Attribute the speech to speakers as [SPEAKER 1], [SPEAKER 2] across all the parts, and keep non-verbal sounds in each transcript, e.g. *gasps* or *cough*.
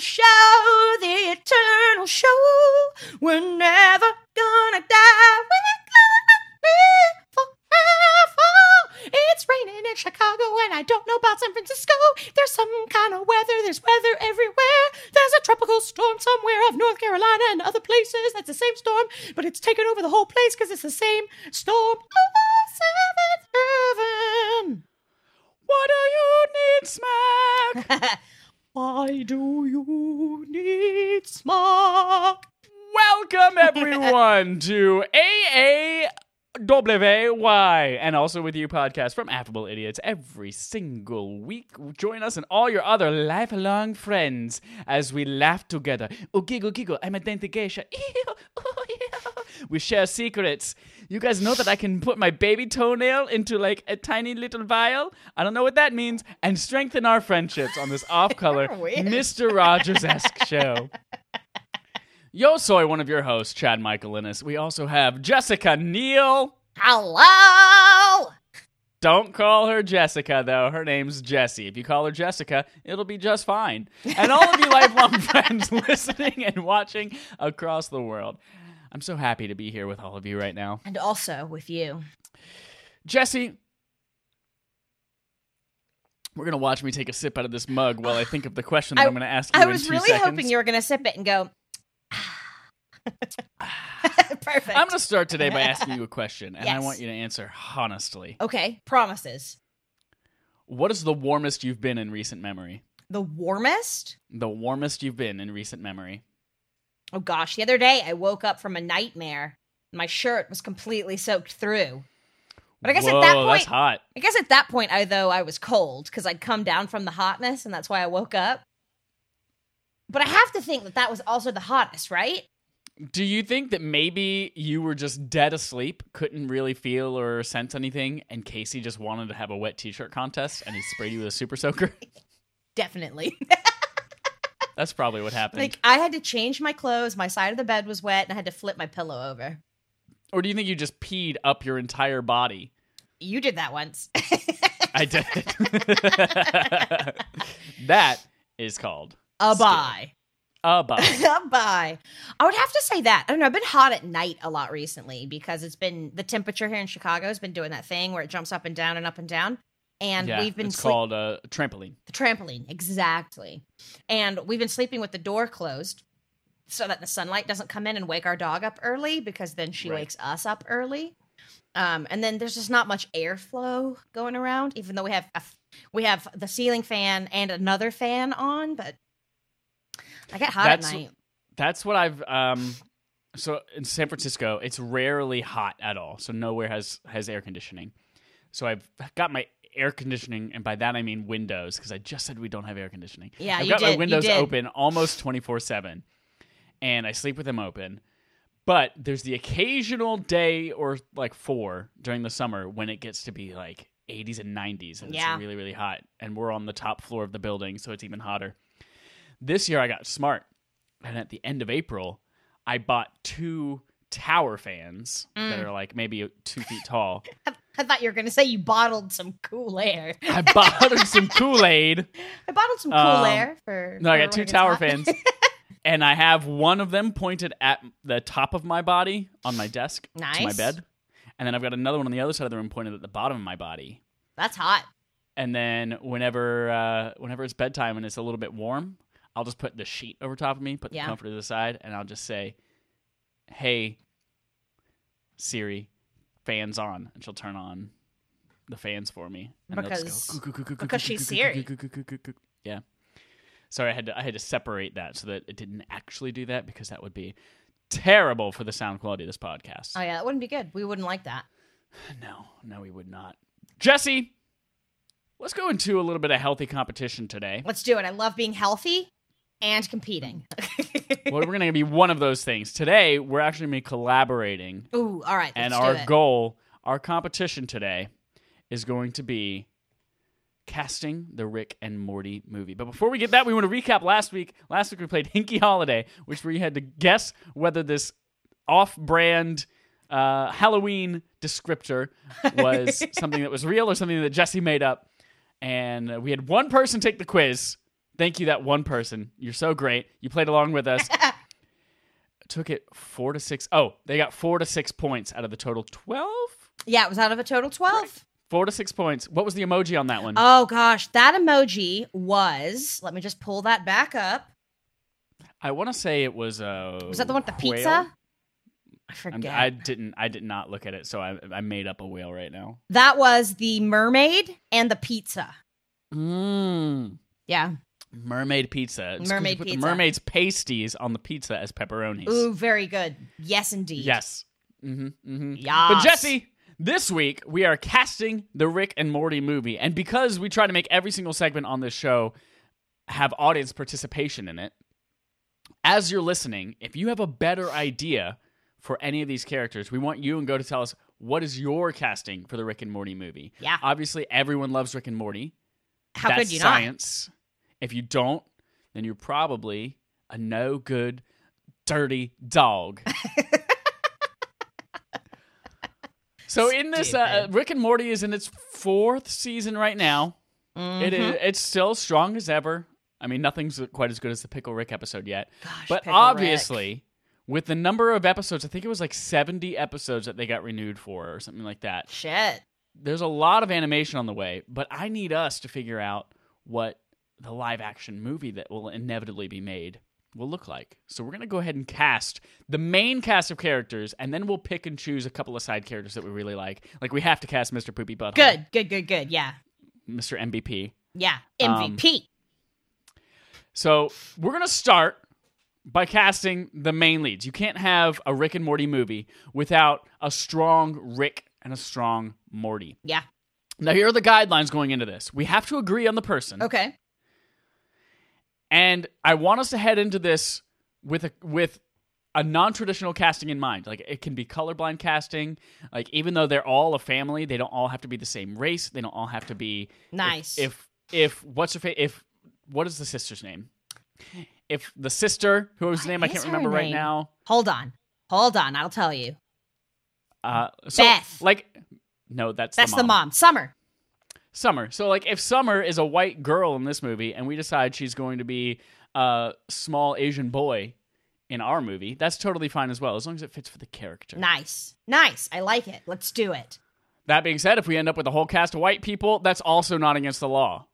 [SPEAKER 1] show, the eternal show. We're never gonna die. We're gonna live forever. It's raining in Chicago, and I don't know about San Francisco. There's some kind of weather, there's weather everywhere. There's a tropical storm somewhere of North Carolina and other places. That's the same storm, but it's taken over the whole place because it's the same storm. Oh, seventh heaven.
[SPEAKER 2] What do you need, Smack?
[SPEAKER 1] Why do you need smock?
[SPEAKER 2] Welcome, everyone, to AAWY, and also with you podcast from Affable Idiots every single week. Join us and all your other lifelong friends as we laugh together. Oh, giggle, giggle, I'm a *laughs* dentigation. We share secrets. You guys know that I can put my baby toenail into like a tiny little vial. I don't know what that means. And strengthen our friendships on this off color
[SPEAKER 1] Weird.
[SPEAKER 2] Mr. Rogers esque show. Yo soy one of your hosts, Chad Michael Innes. We also have Jessica Neal.
[SPEAKER 1] Hello.
[SPEAKER 2] Don't call her Jessica, though. Her name's Jessie. If you call her Jessica, it'll be just fine. And all
[SPEAKER 1] *laughs*
[SPEAKER 2] of you lifelong friends *laughs* listening and watching across the world. I'm so happy to be here with all of you right now.
[SPEAKER 1] And also with you.
[SPEAKER 2] Jesse, we're going to watch me take a sip out of this mug while I think of the question that I,
[SPEAKER 1] I-
[SPEAKER 2] am going to ask you
[SPEAKER 1] I
[SPEAKER 2] in
[SPEAKER 1] was
[SPEAKER 2] two
[SPEAKER 1] really
[SPEAKER 2] seconds.
[SPEAKER 1] hoping you were going to sip it and go. "Ah." *laughs* Perfect.
[SPEAKER 2] I'm going to start today by asking
[SPEAKER 1] *laughs*
[SPEAKER 2] you a question, and I
[SPEAKER 1] Yes.
[SPEAKER 2] want you to answer honestly.
[SPEAKER 1] okay, promises.
[SPEAKER 2] What is the warmest you've been in recent memory?
[SPEAKER 1] The warmest?
[SPEAKER 2] The warmest you've been in recent memory.
[SPEAKER 1] Oh gosh, the other day I woke up from a nightmare. My shirt was completely soaked through. But I guess
[SPEAKER 2] Whoa,
[SPEAKER 1] at that
[SPEAKER 2] that's
[SPEAKER 1] point,
[SPEAKER 2] hot.
[SPEAKER 1] I guess at that point, I though I was cold because I'd come down from the hotness, and that's why I woke up. But I have to think that that was also the hottest, right?
[SPEAKER 2] Do you think that maybe you were just dead asleep, couldn't really feel or sense anything, and Casey just wanted to have a wet t-shirt contest, and he sprayed you with a super soaker?
[SPEAKER 1] *laughs* Definitely. *laughs*
[SPEAKER 2] That's probably what happened.
[SPEAKER 1] like I had to change my clothes. My side of the bed was wet, and I had to flip my pillow over.
[SPEAKER 2] or do you think you just peed up your entire body?
[SPEAKER 1] You did that once. *laughs*
[SPEAKER 2] I did. *laughs* that is called
[SPEAKER 1] a *laughs*
[SPEAKER 2] Still.
[SPEAKER 1] bye.
[SPEAKER 2] a bug.
[SPEAKER 1] a bye. I would have to say that. I don't know. I've been hot at night a lot recently because it's been the temperature here in Chicago has been doing that thing where it jumps up and down and up and down. And
[SPEAKER 2] Yeah,
[SPEAKER 1] we've been
[SPEAKER 2] it's
[SPEAKER 1] sleep-
[SPEAKER 2] called a trampoline.
[SPEAKER 1] The trampoline, exactly. And we've been sleeping with the door closed so that the sunlight doesn't come in and wake our dog up early because then she
[SPEAKER 2] Right.
[SPEAKER 1] wakes us up early. Um, and then there's just not much airflow going around, even though we have a f- we have the ceiling fan and another fan on. But I get hot
[SPEAKER 2] That's-
[SPEAKER 1] at night.
[SPEAKER 2] That's what I've um so in San Francisco, it's rarely hot at all. So nowhere has has air conditioning. So I've got my air conditioning and by that I mean windows because I just said we don't have air conditioning.
[SPEAKER 1] Yeah,
[SPEAKER 2] I've
[SPEAKER 1] you
[SPEAKER 2] got
[SPEAKER 1] did,
[SPEAKER 2] my
[SPEAKER 1] you
[SPEAKER 2] windows
[SPEAKER 1] did.
[SPEAKER 2] open almost 24/7 and I sleep with them open. But there's the occasional day or like 4 during the summer when it gets to be like 80s and 90s and
[SPEAKER 1] Yeah.
[SPEAKER 2] it's really really hot and we're on the top floor of the building so it's even hotter. This year I got smart and at the end of April, I bought two tower fans that are like maybe two feet tall.
[SPEAKER 1] I, I thought you were going to say you bottled some cool air.
[SPEAKER 2] I bought some Kool Aid.
[SPEAKER 1] I bottled some cool
[SPEAKER 2] Um,
[SPEAKER 1] air for.
[SPEAKER 2] No, I
[SPEAKER 1] for
[SPEAKER 2] got
[SPEAKER 1] when
[SPEAKER 2] two
[SPEAKER 1] it gets
[SPEAKER 2] tower
[SPEAKER 1] hot.
[SPEAKER 2] fans, and I have one of them pointed at the top of my body on my desk to my
[SPEAKER 1] Nice.
[SPEAKER 2] bed, and then I've got another one on the other side of the room pointed at the bottom of my body.
[SPEAKER 1] That's hot.
[SPEAKER 2] And then whenever uh, whenever it's bedtime and it's a little bit warm, I'll just put the sheet over top of me, put
[SPEAKER 1] Yeah.
[SPEAKER 2] the comforter to the side, and I'll just say, "Hey, Siri, fans on," and she'll turn on the fans for me. And they'll just go,
[SPEAKER 1] Because-
[SPEAKER 2] "Coo, coo, coo, coo,
[SPEAKER 1] because
[SPEAKER 2] coo,
[SPEAKER 1] she's
[SPEAKER 2] coo, coo,
[SPEAKER 1] Siri."
[SPEAKER 2] coo, coo, coo, coo, coo." Yeah. Sorry, I had to I had to separate that so that it didn't actually do that because that would be terrible for the sound quality of this podcast.
[SPEAKER 1] Oh yeah, that wouldn't be good. We wouldn't like that.
[SPEAKER 2] No, no, we would not. Jesse, let's go into a little bit of healthy competition today.
[SPEAKER 1] Let's do it. I love being healthy and competing. *laughs*
[SPEAKER 2] well, we're going to be one of those things. Today, we're actually going to be collaborating,
[SPEAKER 1] Ooh, all right.
[SPEAKER 2] and
[SPEAKER 1] let's do
[SPEAKER 2] our
[SPEAKER 1] it.
[SPEAKER 2] goal, our competition today, is going to be casting the Rick and Morty movie. But before we get that, we want to recap last week. Last week we played Hinky Holiday, which we had to guess whether this off-brand uh, Halloween
[SPEAKER 1] *laughs*
[SPEAKER 2] descriptor was something that was real or something that Jesse made up. And uh, we had one person take the quiz. Thank you, that one person. You're so great. You played along with us. Took it four to six. Oh, they got four to six points out of the total 12?
[SPEAKER 1] Yeah, it was out of a total 12.
[SPEAKER 2] Four to six points. What was the emoji on that one?
[SPEAKER 1] Oh gosh, that emoji was. Let me just pull that back up.
[SPEAKER 2] I want to say it was uh
[SPEAKER 1] Was that the one with the
[SPEAKER 2] whale.
[SPEAKER 1] pizza? I
[SPEAKER 2] I'm-
[SPEAKER 1] forget.
[SPEAKER 2] I didn't. I did not look at it, so I, I made up a whale right now.
[SPEAKER 1] that was the mermaid and the pizza.
[SPEAKER 2] Mm.
[SPEAKER 1] Yeah.
[SPEAKER 2] Mermaid pizza. It's 'cause you
[SPEAKER 1] Mermaid
[SPEAKER 2] put
[SPEAKER 1] pizza.
[SPEAKER 2] The mermaid's pasties on the pizza as pepperonis.
[SPEAKER 1] Ooh, very good. Yes, indeed.
[SPEAKER 2] Yes. Mm-hmm, mm-hmm.
[SPEAKER 1] Yes.
[SPEAKER 2] But Jesse, this week we are casting the Rick and Morty movie, and because we try to make every single segment on this show have audience participation in it, as you're listening, if you have a better idea for any of these characters, we want you and go to tell us what is your casting for the Rick and Morty movie.
[SPEAKER 1] Yeah.
[SPEAKER 2] Obviously, everyone loves Rick and Morty.
[SPEAKER 1] How
[SPEAKER 2] That's
[SPEAKER 1] could you
[SPEAKER 2] science. If you don't, then you're probably a no good, dirty
[SPEAKER 1] *laughs*
[SPEAKER 2] dog. so in this, uh,
[SPEAKER 1] Stupid.
[SPEAKER 2] Rick and Morty is in its fourth season right now.
[SPEAKER 1] not?
[SPEAKER 2] It
[SPEAKER 1] Mhm.
[SPEAKER 2] is. It's still strong as ever. I mean, nothing's quite as good as the Pickle Rick episode yet.
[SPEAKER 1] Gosh,
[SPEAKER 2] But
[SPEAKER 1] Pickle Rick.
[SPEAKER 2] obviously, with the number of episodes, I think it was like 70 episodes that they got renewed for or something like that
[SPEAKER 1] Shit.
[SPEAKER 2] there's a lot of animation on the way, but I need us to figure out what the live action movie that will inevitably be made will look like. So we're going to go ahead and cast the main cast of characters and then we'll pick and choose a couple of side characters that we really like. Like we have to cast Mr. Poopy Butthole,
[SPEAKER 1] Good, good, good, good. Yeah.
[SPEAKER 2] Mr. MVP.
[SPEAKER 1] Yeah.
[SPEAKER 2] Um,
[SPEAKER 1] MVP.
[SPEAKER 2] So we're going to start by casting the main leads. You can't have a Rick and Morty movie without a strong Rick and a strong Morty.
[SPEAKER 1] yeah.
[SPEAKER 2] Now here are the guidelines going into this. We have to agree on the person.
[SPEAKER 1] Okay.
[SPEAKER 2] and I want us to head into this with a with a non-traditional casting in mind. Like it can be colorblind casting. Like even though they're all a family, they don't all have to be the same race. They don't all have to be if-
[SPEAKER 1] Nice.
[SPEAKER 2] If if, what's her fa- if what is the sister's name? If the sister whose
[SPEAKER 1] What
[SPEAKER 2] name I
[SPEAKER 1] is
[SPEAKER 2] can't
[SPEAKER 1] her
[SPEAKER 2] remember right
[SPEAKER 1] name?
[SPEAKER 2] now.
[SPEAKER 1] Hold on. Hold on. I'll tell you.
[SPEAKER 2] Uh, so,
[SPEAKER 1] Beth.
[SPEAKER 2] Like no, that's
[SPEAKER 1] That's
[SPEAKER 2] the
[SPEAKER 1] the
[SPEAKER 2] mom.
[SPEAKER 1] mom. Summer.
[SPEAKER 2] Summer. So like if Summer is a white girl in this movie and we decide she's going to be a small Asian boy in our movie, that's totally fine as well as long as it fits for the character.
[SPEAKER 1] Nice. Nice. I like it. Let's do it.
[SPEAKER 2] That being said, if we end up with a whole cast of white people, that's also not against the law.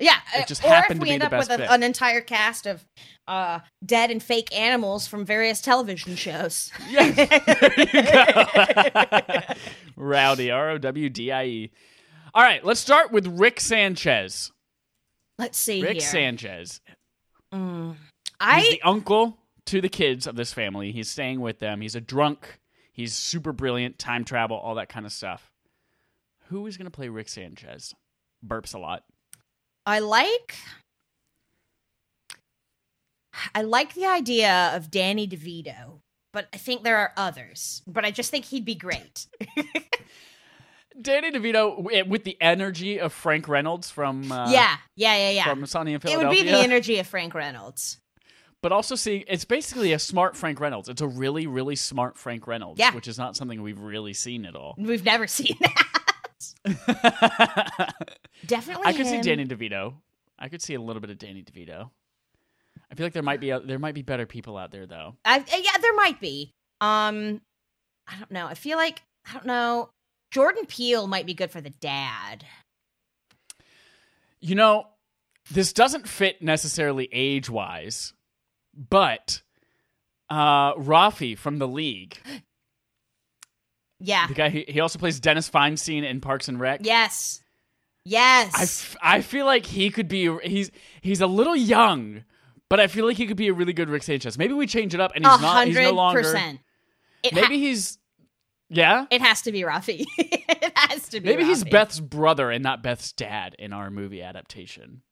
[SPEAKER 1] Yeah.
[SPEAKER 2] It
[SPEAKER 1] uh,
[SPEAKER 2] just
[SPEAKER 1] or
[SPEAKER 2] happened
[SPEAKER 1] if
[SPEAKER 2] to
[SPEAKER 1] we
[SPEAKER 2] be
[SPEAKER 1] end
[SPEAKER 2] the
[SPEAKER 1] up
[SPEAKER 2] best
[SPEAKER 1] with
[SPEAKER 2] fit.
[SPEAKER 1] a, an entire cast of uh, dead and fake animals from various television shows. *laughs*
[SPEAKER 2] Yes. Rowdy, R O W D I E. All right, let's start with Rick Sanchez.
[SPEAKER 1] Let's see
[SPEAKER 2] Rick
[SPEAKER 1] here.
[SPEAKER 2] Sanchez. He's
[SPEAKER 1] I
[SPEAKER 2] the uncle to the kids of this family. He's staying with them. He's a drunk. He's super brilliant, time travel, all that kind of stuff. Who is going to play Rick Sanchez? Burps a lot.
[SPEAKER 1] I like I like the idea of Danny DeVito, but I think there are others. But I just think he'd be great.
[SPEAKER 2] Danny DeVito w- with the energy of Frank Reynolds from *laughs* uh,
[SPEAKER 1] yeah, yeah, yeah, yeah.
[SPEAKER 2] from Sunny in
[SPEAKER 1] It would be
[SPEAKER 2] Philadelphia,
[SPEAKER 1] the energy of Frank Reynolds.
[SPEAKER 2] but also seeing it's basically a smart Frank Reynolds. It's a really really smart Frank Reynolds,
[SPEAKER 1] Yeah.
[SPEAKER 2] which is not something we've really seen
[SPEAKER 1] *laughs*
[SPEAKER 2] at all.
[SPEAKER 1] We've never seen that. Definitely.
[SPEAKER 2] I could see
[SPEAKER 1] him.
[SPEAKER 2] Danny DeVito. I could see a little bit of Danny DeVito. I feel like there might be there might be better people out there though.
[SPEAKER 1] I, uh, yeah, there might be. Um, I don't know. I feel like I don't know. Jordan Peele might be good for the dad.
[SPEAKER 2] You know, this doesn't fit necessarily age wise, but uh, Rafi from the League,
[SPEAKER 1] Yeah.
[SPEAKER 2] the guy he, he also plays Dennis Feinstein in Parks and Rec.
[SPEAKER 1] Yes.
[SPEAKER 2] I,
[SPEAKER 1] Yes.
[SPEAKER 2] f- I feel like he could be he's he's a little young, but I feel like he could be a really good Rick Sanchez. Maybe we change it up and
[SPEAKER 1] A
[SPEAKER 2] he's not he's no
[SPEAKER 1] hundred
[SPEAKER 2] longer
[SPEAKER 1] percent. It ha-
[SPEAKER 2] maybe he's yeah.
[SPEAKER 1] it has to be Rafi. *laughs* it has to be.
[SPEAKER 2] Maybe he's
[SPEAKER 1] Rafi.
[SPEAKER 2] Beth's brother and not Beth's dad in our movie adaptation.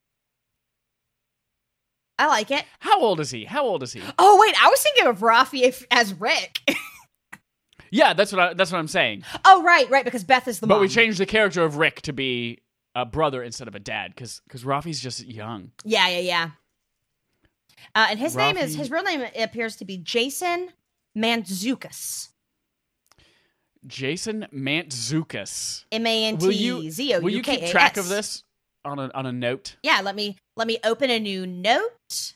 [SPEAKER 1] I like it.
[SPEAKER 2] How old is he? How old is he?
[SPEAKER 1] Oh wait, I was thinking of Rafi if, as Rick. *laughs*
[SPEAKER 2] Yeah, that's what I, that's what I'm saying.
[SPEAKER 1] oh right, right, because Beth is the
[SPEAKER 2] But
[SPEAKER 1] mom.
[SPEAKER 2] we changed the character of Rick to be a brother instead of a dad because Rafi's just young.
[SPEAKER 1] yeah, yeah, yeah. Uh, and his name is
[SPEAKER 2] Rafi-
[SPEAKER 1] his real name appears to be Jason Mantzoukas.
[SPEAKER 2] Jason Mantzoukas.
[SPEAKER 1] M A N
[SPEAKER 2] Will you
[SPEAKER 1] T E Z O U K A S.
[SPEAKER 2] will you keep track of this? on a on a note.
[SPEAKER 1] Yeah, let me let me open a new note.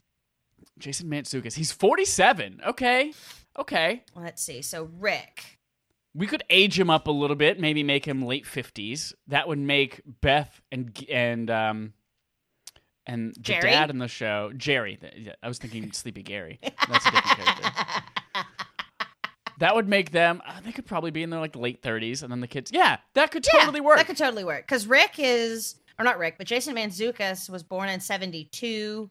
[SPEAKER 2] Jason Mantzoukas, he's 47. Okay. Okay.
[SPEAKER 1] Let's see. So Rick.
[SPEAKER 2] We could age him up a little bit, maybe make him late 50s. That would make Beth and and um and the
[SPEAKER 1] Jerry?
[SPEAKER 2] dad in the show, Jerry. th- yeah, I was thinking Sleepy Gary. That's a different character.
[SPEAKER 1] *laughs*
[SPEAKER 2] That would make them. Uh, they could probably be in their like late 30s, and then the kids. Yeah, that could totally work.
[SPEAKER 1] That could totally work because Rick is, or not Rick, but Jason Manzukas was born in '72,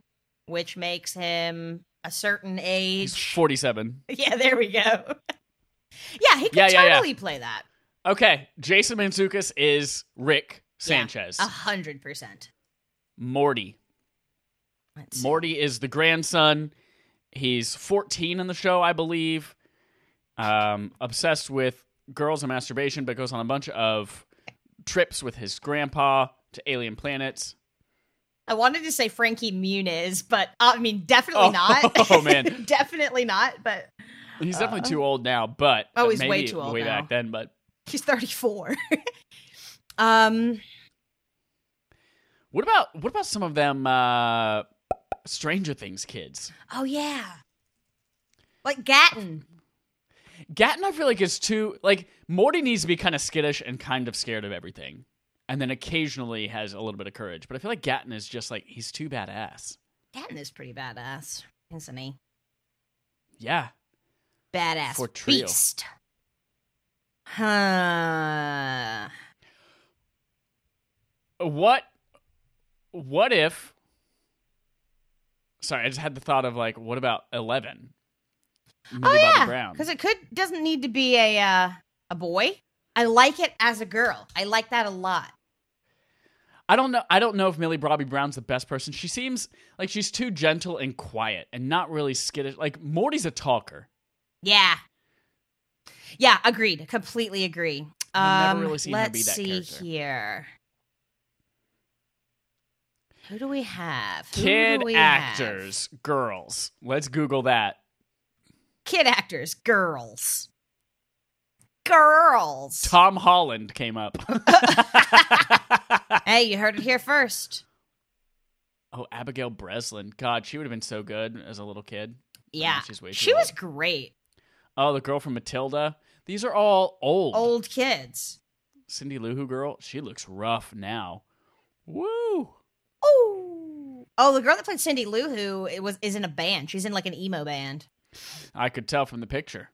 [SPEAKER 1] which makes him a certain
[SPEAKER 2] He's
[SPEAKER 1] age.
[SPEAKER 2] 47.
[SPEAKER 1] *laughs* yeah, there we go. *laughs* yeah, he could
[SPEAKER 2] Yeah, yeah, yeah.
[SPEAKER 1] totally play that.
[SPEAKER 2] Okay, Jason Mantzoukas is Rick
[SPEAKER 1] Yeah,
[SPEAKER 2] Sanchez.
[SPEAKER 1] a hundred percent.
[SPEAKER 2] Morty.
[SPEAKER 1] Let's see.
[SPEAKER 2] Morty is the grandson. He's 14 in the show, I believe. Um, obsessed with girls and masturbation, but goes on a bunch of trips with his grandpa to alien planets.
[SPEAKER 1] I wanted to say Frankie Muniz, but uh, I mean, definitely
[SPEAKER 2] Oh,
[SPEAKER 1] not.
[SPEAKER 2] *laughs* oh, man.
[SPEAKER 1] *laughs* definitely not. But
[SPEAKER 2] He's definitely too old now, but
[SPEAKER 1] Oh,
[SPEAKER 2] but
[SPEAKER 1] he's way
[SPEAKER 2] maybe
[SPEAKER 1] too old
[SPEAKER 2] way
[SPEAKER 1] now.
[SPEAKER 2] back then. But
[SPEAKER 1] he's 34. *laughs* um,
[SPEAKER 2] what about what about some of them uh, Stranger Things kids?
[SPEAKER 1] Oh yeah. Like Gatton.
[SPEAKER 2] Gatton, I feel like is too like Morty needs to be kind of skittish and kind of scared of everything, and then occasionally has a little bit of courage. But I feel like Gatton is just like he's too badass.
[SPEAKER 1] Gatton is pretty badass, isn't he?
[SPEAKER 2] Yeah,
[SPEAKER 1] Badass
[SPEAKER 2] For trio.
[SPEAKER 1] beast. Huh.
[SPEAKER 2] what what if? Sorry, I just had the thought of like, what about Eleven? Millie
[SPEAKER 1] oh
[SPEAKER 2] Bobby
[SPEAKER 1] yeah,
[SPEAKER 2] Brown.
[SPEAKER 1] because it could doesn't need to be a uh, a boy. I like it as a girl. I like that a lot.
[SPEAKER 2] I don't know. I don't know if Millie Bobby Brown's the best person. She seems like she's too gentle and quiet, and not really skittish. Like Morty's a talker.
[SPEAKER 1] Yeah. Yeah, agreed. Completely agree.
[SPEAKER 2] I've
[SPEAKER 1] Um,
[SPEAKER 2] never really seen her
[SPEAKER 1] let's
[SPEAKER 2] be that
[SPEAKER 1] see
[SPEAKER 2] character.
[SPEAKER 1] here. Who do we have? Who do
[SPEAKER 2] Kid
[SPEAKER 1] we have?
[SPEAKER 2] actors, girls. Let's Google that.
[SPEAKER 1] kid actors, girls. Girls.
[SPEAKER 2] *laughs* Tom Holland
[SPEAKER 1] *laughs*
[SPEAKER 2] came up. *laughs*
[SPEAKER 1] hey, you heard it here first.
[SPEAKER 2] oh, Abigail Breslin. God, she would have been so good as a little kid.
[SPEAKER 1] Yeah.
[SPEAKER 2] she's way too
[SPEAKER 1] She was
[SPEAKER 2] old.
[SPEAKER 1] great.
[SPEAKER 2] Oh, the girl from Matilda. These are all old.
[SPEAKER 1] Old kids.
[SPEAKER 2] Cindy Lou Who girl. She looks rough now. Woo.
[SPEAKER 1] Oh. Oh, the girl that played Cindy Lou Who it was is in a band. She's in like an emo band.
[SPEAKER 2] I could tell from the picture.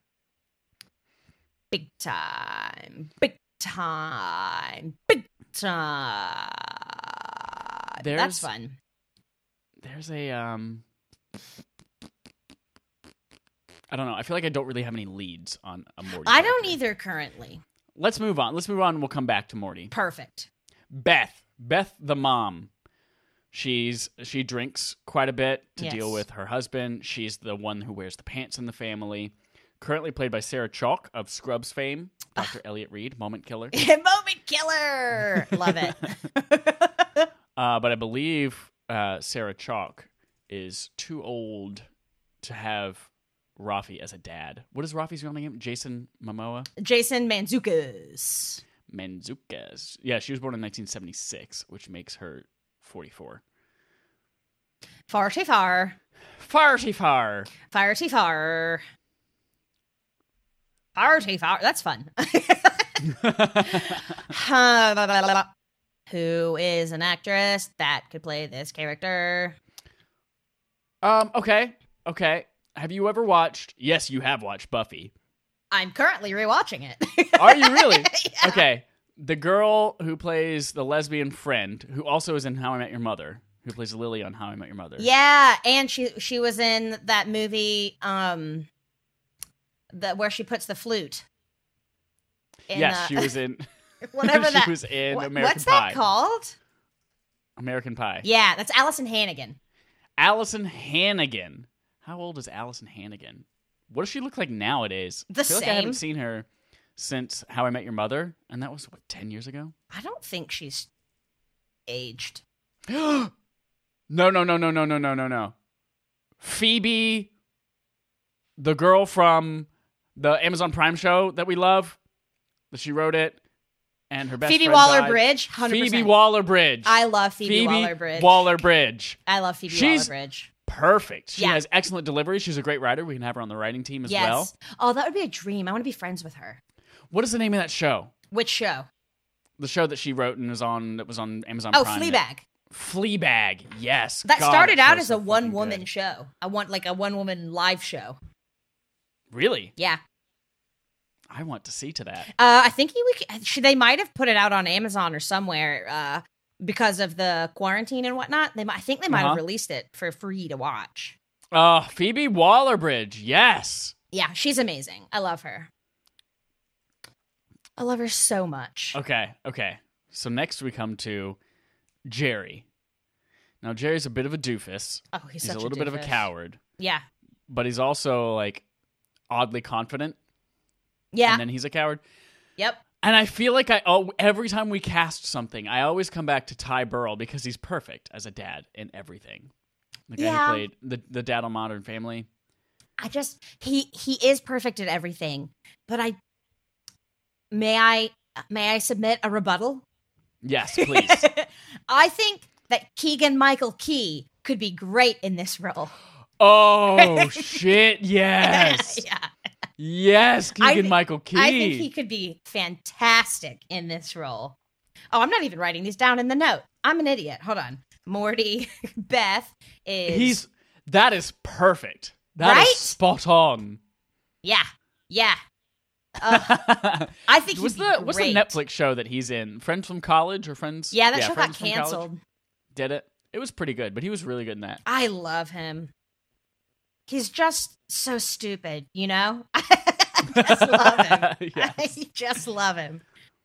[SPEAKER 1] Big time. Big time. Big time.
[SPEAKER 2] There's-
[SPEAKER 1] That's fun.
[SPEAKER 2] There's a um I don't know. I feel like I don't really have any leads on a Morty.
[SPEAKER 1] I don't
[SPEAKER 2] character.
[SPEAKER 1] either currently.
[SPEAKER 2] Let's move on. Let's move on. and We'll come back to Morty.
[SPEAKER 1] Perfect. *laughs*
[SPEAKER 2] Beth, Beth the mom. She's she drinks quite a bit to
[SPEAKER 1] Yes.
[SPEAKER 2] deal with her husband. She's the one who wears the pants in the family. Currently played by Sarah Chalk of Scrubs fame, Dr. Elliot Reed, Moment Killer.
[SPEAKER 1] Moment killer. Love it.
[SPEAKER 2] Uh, but I believe uh, Sarah Chalk is too old to have Rafi as a dad. What is Rafi's real name? Jason Momoa
[SPEAKER 1] Jason Manzukas.
[SPEAKER 2] Manzukas. Yeah, she was born in 1976, which makes her 44.
[SPEAKER 1] Far too far.
[SPEAKER 2] 44.
[SPEAKER 1] Fire too far. Fire too far. That's fun. *laughs* Who is an actress that could play this character?
[SPEAKER 2] Um, okay. Okay. Have you ever watched? Yes, you have watched
[SPEAKER 1] *laughs*
[SPEAKER 2] Buffy.
[SPEAKER 1] I'm currently rewatching it. *laughs*
[SPEAKER 2] Are you really? Okay. The girl who plays the lesbian friend, who also is in How I Met Your Mother, who plays Lily on How I Met Your Mother.
[SPEAKER 1] yeah, and she she was in that movie um that where she puts the flute. In,
[SPEAKER 2] yes,
[SPEAKER 1] uh,
[SPEAKER 2] she was in
[SPEAKER 1] *laughs* whatever
[SPEAKER 2] *laughs* she
[SPEAKER 1] that
[SPEAKER 2] was in
[SPEAKER 1] Wha-
[SPEAKER 2] American
[SPEAKER 1] what's
[SPEAKER 2] Pie.
[SPEAKER 1] that called?
[SPEAKER 2] American Pie.
[SPEAKER 1] Yeah, that's Allison Hannigan.
[SPEAKER 2] Allison Hannigan. How old is Allison Hannigan? What does she look like nowadays?
[SPEAKER 1] The
[SPEAKER 2] I feel like I haven't
[SPEAKER 1] same.
[SPEAKER 2] seen her since How I Met Your Mother, and that was what, ten years ago?
[SPEAKER 1] I don't think she's aged.
[SPEAKER 2] *gasps* no, no, no, no, no, no, no, no, no. Phoebe, the girl from the Amazon Prime show that we love, that she wrote it. and her best
[SPEAKER 1] Phoebe
[SPEAKER 2] friend
[SPEAKER 1] Waller
[SPEAKER 2] died.
[SPEAKER 1] Bridge, 100%.
[SPEAKER 2] Phoebe Waller Bridge.
[SPEAKER 1] I love Phoebe, Waller Bridge. I love Phoebe
[SPEAKER 2] She's-
[SPEAKER 1] Waller Bridge.
[SPEAKER 2] Perfect. She
[SPEAKER 1] Yeah.
[SPEAKER 2] has excellent delivery. She's a great writer. We can have her on the writing team as
[SPEAKER 1] Yes.
[SPEAKER 2] well.
[SPEAKER 1] Oh, that would be a dream. I want to be friends with her.
[SPEAKER 2] What is the name of that show?
[SPEAKER 1] Which show?
[SPEAKER 2] The show that she wrote and was on that was on Amazon
[SPEAKER 1] Oh,
[SPEAKER 2] Prime.
[SPEAKER 1] Fleabag.
[SPEAKER 2] Fleabag. Yes.
[SPEAKER 1] That
[SPEAKER 2] God,
[SPEAKER 1] started
[SPEAKER 2] that
[SPEAKER 1] out
[SPEAKER 2] show's
[SPEAKER 1] as a
[SPEAKER 2] so fucking
[SPEAKER 1] one woman
[SPEAKER 2] good.
[SPEAKER 1] show. I want like a one woman live show.
[SPEAKER 2] Really?
[SPEAKER 1] Yeah.
[SPEAKER 2] I want to see to that.
[SPEAKER 1] Uh, I think he, we, c- she, they might have put it out on Amazon or somewhere uh, because of the quarantine and whatnot. They, mi- I think they might
[SPEAKER 2] Uh-huh.
[SPEAKER 1] have released it for free to watch.
[SPEAKER 2] Uh, Phoebe Waller Bridge. Yes.
[SPEAKER 1] Yeah, she's amazing. I love her. I love her so much.
[SPEAKER 2] Okay. Okay. So next we come to Jerry. Now Jerry's a bit of a doofus.
[SPEAKER 1] Oh, he's,
[SPEAKER 2] He's
[SPEAKER 1] such
[SPEAKER 2] a little bit of a
[SPEAKER 1] doofus.
[SPEAKER 2] coward,
[SPEAKER 1] Yeah,
[SPEAKER 2] but he's also like oddly confident.
[SPEAKER 1] yeah,
[SPEAKER 2] And then he's a coward.
[SPEAKER 1] yep.
[SPEAKER 2] And I feel like I oh, every time we cast something, I always come back to Ty Burrell because he's perfect as a dad in everything. The guy
[SPEAKER 1] Yeah.
[SPEAKER 2] who played the, the dad on Modern Family.
[SPEAKER 1] I just he he is perfect at everything, but I may I may I submit a rebuttal? *laughs*
[SPEAKER 2] Yes, please.
[SPEAKER 1] I think that Keegan Michael Key could be great in this role. *laughs*
[SPEAKER 2] oh shit! Yes,
[SPEAKER 1] *laughs* yeah.
[SPEAKER 2] yes,
[SPEAKER 1] I
[SPEAKER 2] Keegan Michael Key.
[SPEAKER 1] I think he could be fantastic in this role. Oh, I'm not even writing these down in the note. I'm an idiot. Hold on. Morty *laughs* Beth is
[SPEAKER 2] He's that is perfect. That is
[SPEAKER 1] Right?
[SPEAKER 2] spot on.
[SPEAKER 1] yeah. Yeah. Uh, I think
[SPEAKER 2] was
[SPEAKER 1] he'd be
[SPEAKER 2] the *laughs* what's the
[SPEAKER 1] great.
[SPEAKER 2] Netflix show that he's in? Friends from College or Friends?
[SPEAKER 1] Yeah, that show got
[SPEAKER 2] Friends from College?
[SPEAKER 1] canceled.
[SPEAKER 2] Did it? It was pretty good, but he was really good in that.
[SPEAKER 1] I love him. He's just so stupid, you know? *laughs* I just love him.
[SPEAKER 2] *laughs* Yeah.
[SPEAKER 1] *laughs* I just love him.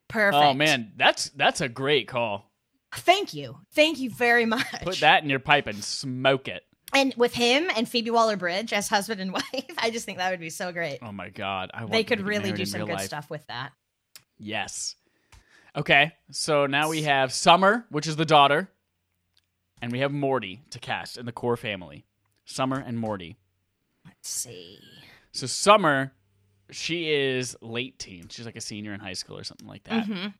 [SPEAKER 1] Perfect.
[SPEAKER 2] Oh man, that's that's a great call.
[SPEAKER 1] Thank you. Thank you very much.
[SPEAKER 2] Put that in your pipe and smoke it.
[SPEAKER 1] and with him and Phoebe Waller Bridge as husband and *laughs* wife, I just think that would be so great.
[SPEAKER 2] Oh my god, I want
[SPEAKER 1] they
[SPEAKER 2] them
[SPEAKER 1] could
[SPEAKER 2] to get
[SPEAKER 1] really
[SPEAKER 2] married
[SPEAKER 1] do
[SPEAKER 2] in
[SPEAKER 1] some
[SPEAKER 2] real
[SPEAKER 1] good
[SPEAKER 2] life.
[SPEAKER 1] stuff with that.
[SPEAKER 2] Yes. Okay, so now we have Summer, which is the daughter, and we have Morty to cast in the core family. Summer and Morty.
[SPEAKER 1] Let's see.
[SPEAKER 2] So Summer, she is late teen. She's like a senior in high school or something like that.
[SPEAKER 1] Mhm.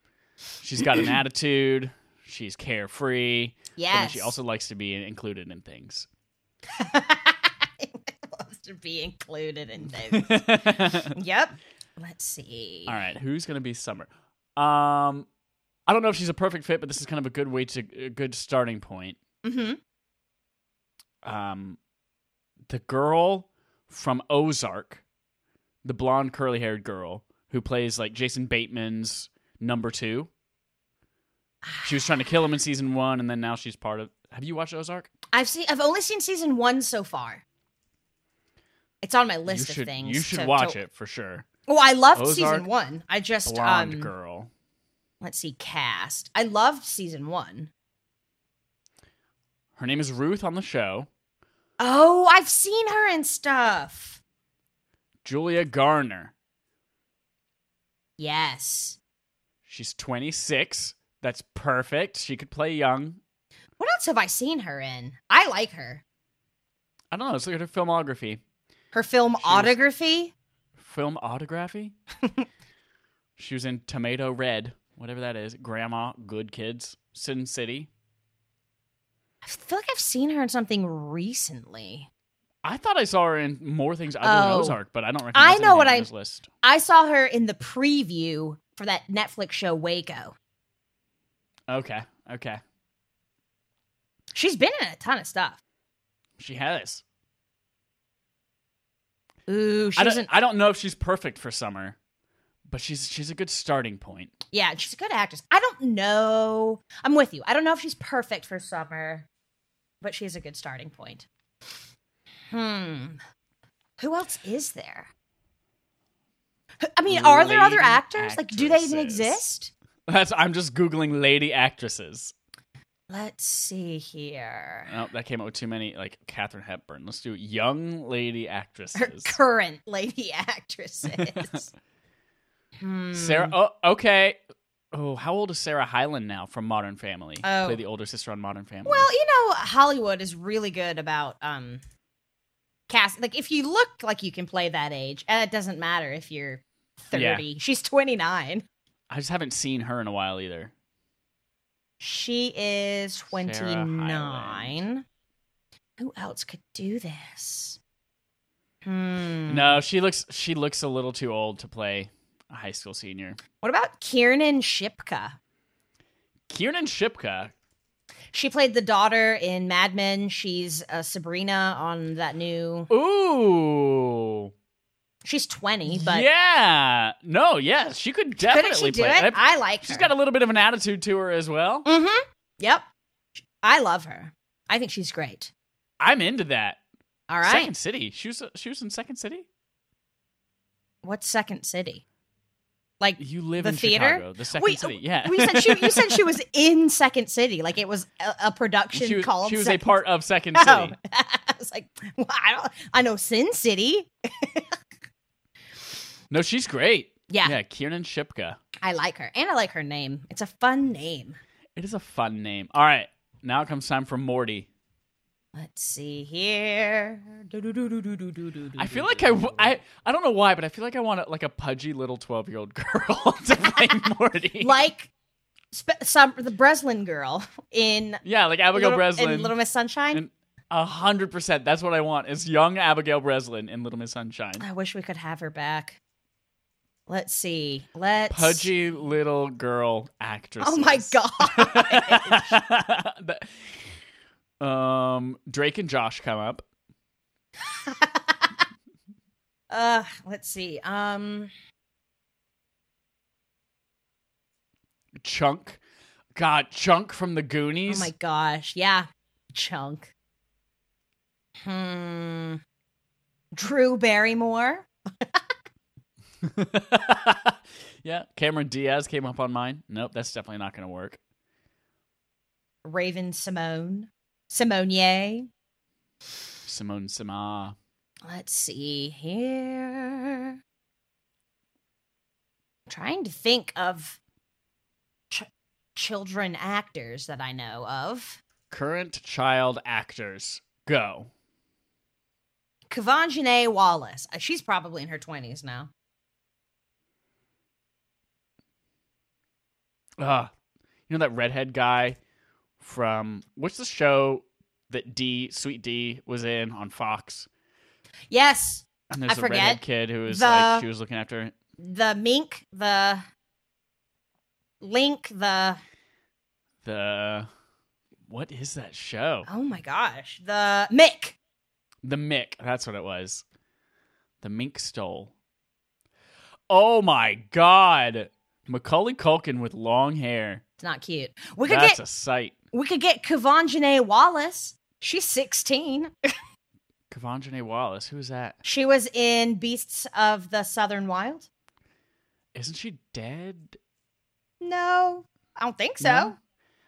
[SPEAKER 2] She's got an attitude. She's carefree. but then
[SPEAKER 1] Yes. *laughs*
[SPEAKER 2] she also likes to be included in things.
[SPEAKER 1] loves to be included in
[SPEAKER 2] *laughs*
[SPEAKER 1] things.
[SPEAKER 2] All
[SPEAKER 1] yep. Let's see.
[SPEAKER 2] right, who's gonna be Summer? Um, I don't know if she's a perfect fit, but this is kind of a good way to a good starting point.
[SPEAKER 1] Mm-hmm.
[SPEAKER 2] Um, the girl from Ozark, the blonde curly haired girl who plays like Jason Bateman's number two. She was trying to kill him in season one, and then now she's part of. Have you watched Ozark?
[SPEAKER 1] I've seen. I've only seen season one so far. It's on my list
[SPEAKER 2] you
[SPEAKER 1] of
[SPEAKER 2] should
[SPEAKER 1] things.
[SPEAKER 2] you should
[SPEAKER 1] to-
[SPEAKER 2] watch
[SPEAKER 1] to-
[SPEAKER 2] it for sure.
[SPEAKER 1] Oh, I loved
[SPEAKER 2] Ozark,
[SPEAKER 1] season one. I just
[SPEAKER 2] Blonde
[SPEAKER 1] um,
[SPEAKER 2] girl.
[SPEAKER 1] let's see, cast. I loved season one.
[SPEAKER 2] Her name is Ruth on the show.
[SPEAKER 1] Oh, I've seen her and stuff.
[SPEAKER 2] Julia Garner.
[SPEAKER 1] Yes.
[SPEAKER 2] She's 26. That's perfect. She could play young.
[SPEAKER 1] What else have I seen her in? I like her.
[SPEAKER 2] I don't know. Let's look at her filmography.
[SPEAKER 1] Her film
[SPEAKER 2] She was-
[SPEAKER 1] autography.
[SPEAKER 2] Film
[SPEAKER 1] *laughs*
[SPEAKER 2] autography? she was in Tomato Red, whatever that is. Grandma, Good Kids, Sin City.
[SPEAKER 1] I feel like I've seen her in something recently.
[SPEAKER 2] I thought I saw her in more things other than
[SPEAKER 1] Oh.
[SPEAKER 2] Ozark, but I don't recognize
[SPEAKER 1] I know what
[SPEAKER 2] anything on
[SPEAKER 1] I-
[SPEAKER 2] this list.
[SPEAKER 1] I saw her in the preview for that Netflix show Waco.
[SPEAKER 2] Okay. Okay.
[SPEAKER 1] She's been in a ton of stuff.
[SPEAKER 2] She has.
[SPEAKER 1] Ooh,
[SPEAKER 2] I
[SPEAKER 1] she
[SPEAKER 2] don't,
[SPEAKER 1] doesn't.
[SPEAKER 2] I don't know if she's perfect for summer, but she's she's a good starting point.
[SPEAKER 1] Yeah, she's a good actress. I don't know. I'm with you. I don't know if she's perfect for summer, but she is a good starting point. Hmm. Who else is there? Who- I mean, are there other
[SPEAKER 2] Lady
[SPEAKER 1] actors? Like, do they even
[SPEAKER 2] actresses.
[SPEAKER 1] exist?
[SPEAKER 2] That's I'm just googling lady actresses.
[SPEAKER 1] Let's see here.
[SPEAKER 2] Oh, that came up with too many like Katherine Hepburn. Let's do young lady
[SPEAKER 1] Her
[SPEAKER 2] actresses.
[SPEAKER 1] current lady *laughs*
[SPEAKER 2] *laughs*
[SPEAKER 1] actresses. hmm.
[SPEAKER 2] Sarah. Oh, okay. Oh, how old is Sarah Hyland now from Modern Family?
[SPEAKER 1] Oh.
[SPEAKER 2] Play the older sister on Modern Family.
[SPEAKER 1] Well, you know, Hollywood is really good about um cast like if you look like you can play that age, and it doesn't matter if you're 30. She's 29.
[SPEAKER 2] I just haven't seen her in a while either.
[SPEAKER 1] She is
[SPEAKER 2] Sarah
[SPEAKER 1] 29. Who else could do this? Hmm.
[SPEAKER 2] No, she looks she looks a little too old to play a high school senior.
[SPEAKER 1] What about Kiernan Shipka?
[SPEAKER 2] Kiernan Shipka.
[SPEAKER 1] She played the daughter in Mad Men. She's uh, Sabrina on that new.
[SPEAKER 2] Ooh.
[SPEAKER 1] She's 20, but
[SPEAKER 2] yeah. No, yes, she could
[SPEAKER 1] couldn't she
[SPEAKER 2] definitely
[SPEAKER 1] do
[SPEAKER 2] play.
[SPEAKER 1] it?
[SPEAKER 2] I-
[SPEAKER 1] I like her.
[SPEAKER 2] She's got a little bit of an attitude to her as well.
[SPEAKER 1] Mm-hmm. Yep. I love her. I think she's great.
[SPEAKER 2] I'm into that.
[SPEAKER 1] All right.
[SPEAKER 2] Second City. She was she was in Second City.
[SPEAKER 1] What's Second City? Like
[SPEAKER 2] You live
[SPEAKER 1] The
[SPEAKER 2] in
[SPEAKER 1] theater?
[SPEAKER 2] Chicago. The Second
[SPEAKER 1] Wait,
[SPEAKER 2] City. Yeah.
[SPEAKER 1] we said, she, you said she was in Second City. Like it was a, a production
[SPEAKER 2] *laughs* she was,
[SPEAKER 1] called.
[SPEAKER 2] she was a
[SPEAKER 1] Second
[SPEAKER 2] part of Second City.
[SPEAKER 1] Oh. *laughs* I was like, well, I don't. I know Sin City.
[SPEAKER 2] No, she's great.
[SPEAKER 1] Yeah,
[SPEAKER 2] Yeah, Kiernan Shipka.
[SPEAKER 1] I like her, and I like her name. It's a fun name.
[SPEAKER 2] It is a fun name. All right. Now it comes time for Morty.
[SPEAKER 1] Let's see here.
[SPEAKER 2] I feel like I, w- I, I don't know why, but I feel like I want a, like a pudgy little 12 year old *laughs* girl to play Morty.
[SPEAKER 1] *laughs* like spe- some the Breslin girl in
[SPEAKER 2] yeah, like Abigail
[SPEAKER 1] Little,
[SPEAKER 2] Breslin.
[SPEAKER 1] in Little Miss Sunshine.
[SPEAKER 2] And- A hundred percent. That's what I want. Is young Abigail Breslin in Little Miss Sunshine.
[SPEAKER 1] I wish we could have her back. Let's see. Let's
[SPEAKER 2] Pudgy little girl actress.
[SPEAKER 1] Oh
[SPEAKER 2] *laughs*
[SPEAKER 1] my god.
[SPEAKER 2] um, Drake and Josh come up.
[SPEAKER 1] Uh, let's see. Um,
[SPEAKER 2] Chunk, God, Chunk from the
[SPEAKER 1] oh
[SPEAKER 2] Goonies.
[SPEAKER 1] my gosh. Yeah. Chunk. Hmm. Drew Barrymore.
[SPEAKER 2] *laughs* yeah, Cameron Diaz came up on mine. Nope, that's definitely not going to work.
[SPEAKER 1] Raven Simone. Simonier.
[SPEAKER 2] Simone Sima.
[SPEAKER 1] Let's see here. trying to think of ch- children actors that I know of.
[SPEAKER 2] Current child actors. Go.
[SPEAKER 1] Kavanjane Wallace. Uh, She's probably in her 20s now.
[SPEAKER 2] Ugh. You know that redhead guy from what's the show that D Sweet D was in on Fox?
[SPEAKER 1] Yes,
[SPEAKER 2] And there's
[SPEAKER 1] I
[SPEAKER 2] a
[SPEAKER 1] forget.
[SPEAKER 2] redhead kid who was
[SPEAKER 1] The-
[SPEAKER 2] like she was looking after.
[SPEAKER 1] the mink, the link, the
[SPEAKER 2] the what is that show?
[SPEAKER 1] oh my gosh, the Mick.
[SPEAKER 2] The Mick. That's what it was. The Mink stole. Oh my god. Macaulay Culkin with long hair.
[SPEAKER 1] It's not cute. We could
[SPEAKER 2] That's
[SPEAKER 1] get
[SPEAKER 2] a sight.
[SPEAKER 1] we could get Kavanjane Wallace. She's 16.
[SPEAKER 2] Kavanjane Wallace. Who's that?
[SPEAKER 1] She was in Beasts of the Southern Wild.
[SPEAKER 2] Isn't she dead?
[SPEAKER 1] No, I don't think so.
[SPEAKER 2] No?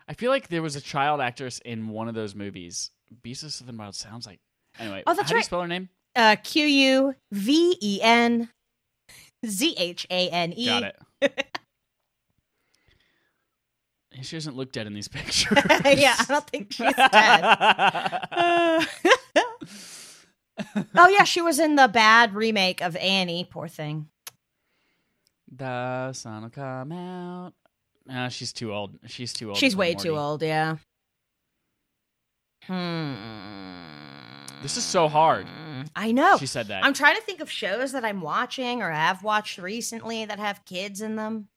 [SPEAKER 2] I feel like there was a child actress in one of those movies. Beast of Southern Wild sounds like. Anyway,
[SPEAKER 1] Oh, that's
[SPEAKER 2] how do you
[SPEAKER 1] right.
[SPEAKER 2] spell her name?
[SPEAKER 1] Uh, Q U V E N Z H A N E.
[SPEAKER 2] Got it. she doesn't look dead
[SPEAKER 1] *laughs*
[SPEAKER 2] in these pictures.
[SPEAKER 1] *laughs* yeah, I don't think she's dead.
[SPEAKER 2] *laughs*
[SPEAKER 1] Uh, oh yeah, she was in the bad remake of Annie. Poor thing.
[SPEAKER 2] The sun will come out. Ah, she's too old. She's too old.
[SPEAKER 1] She's
[SPEAKER 2] to play
[SPEAKER 1] way too
[SPEAKER 2] Morty.
[SPEAKER 1] old. Yeah. Hmm.
[SPEAKER 2] This is so hard.
[SPEAKER 1] I know.
[SPEAKER 2] She said that.
[SPEAKER 1] Oh, I'm trying to think of shows that I'm watching or have watched recently that have kids in them.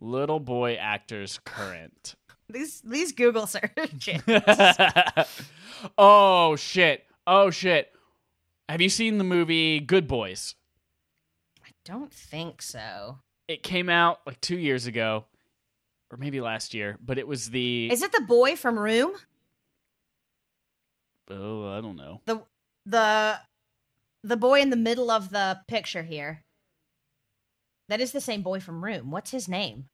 [SPEAKER 2] Little boy actors current. *laughs*
[SPEAKER 1] These these Google *laughs* searches.
[SPEAKER 2] oh shit. Oh shit. Have you seen the movie Good Boys?
[SPEAKER 1] I don't think so.
[SPEAKER 2] It came out like 2 years ago or maybe last year, but it was the
[SPEAKER 1] Is it the boy from Room?
[SPEAKER 2] Oh, I don't know.
[SPEAKER 1] The the the boy in the middle of the picture here. That is the same boy from Room. What's his name?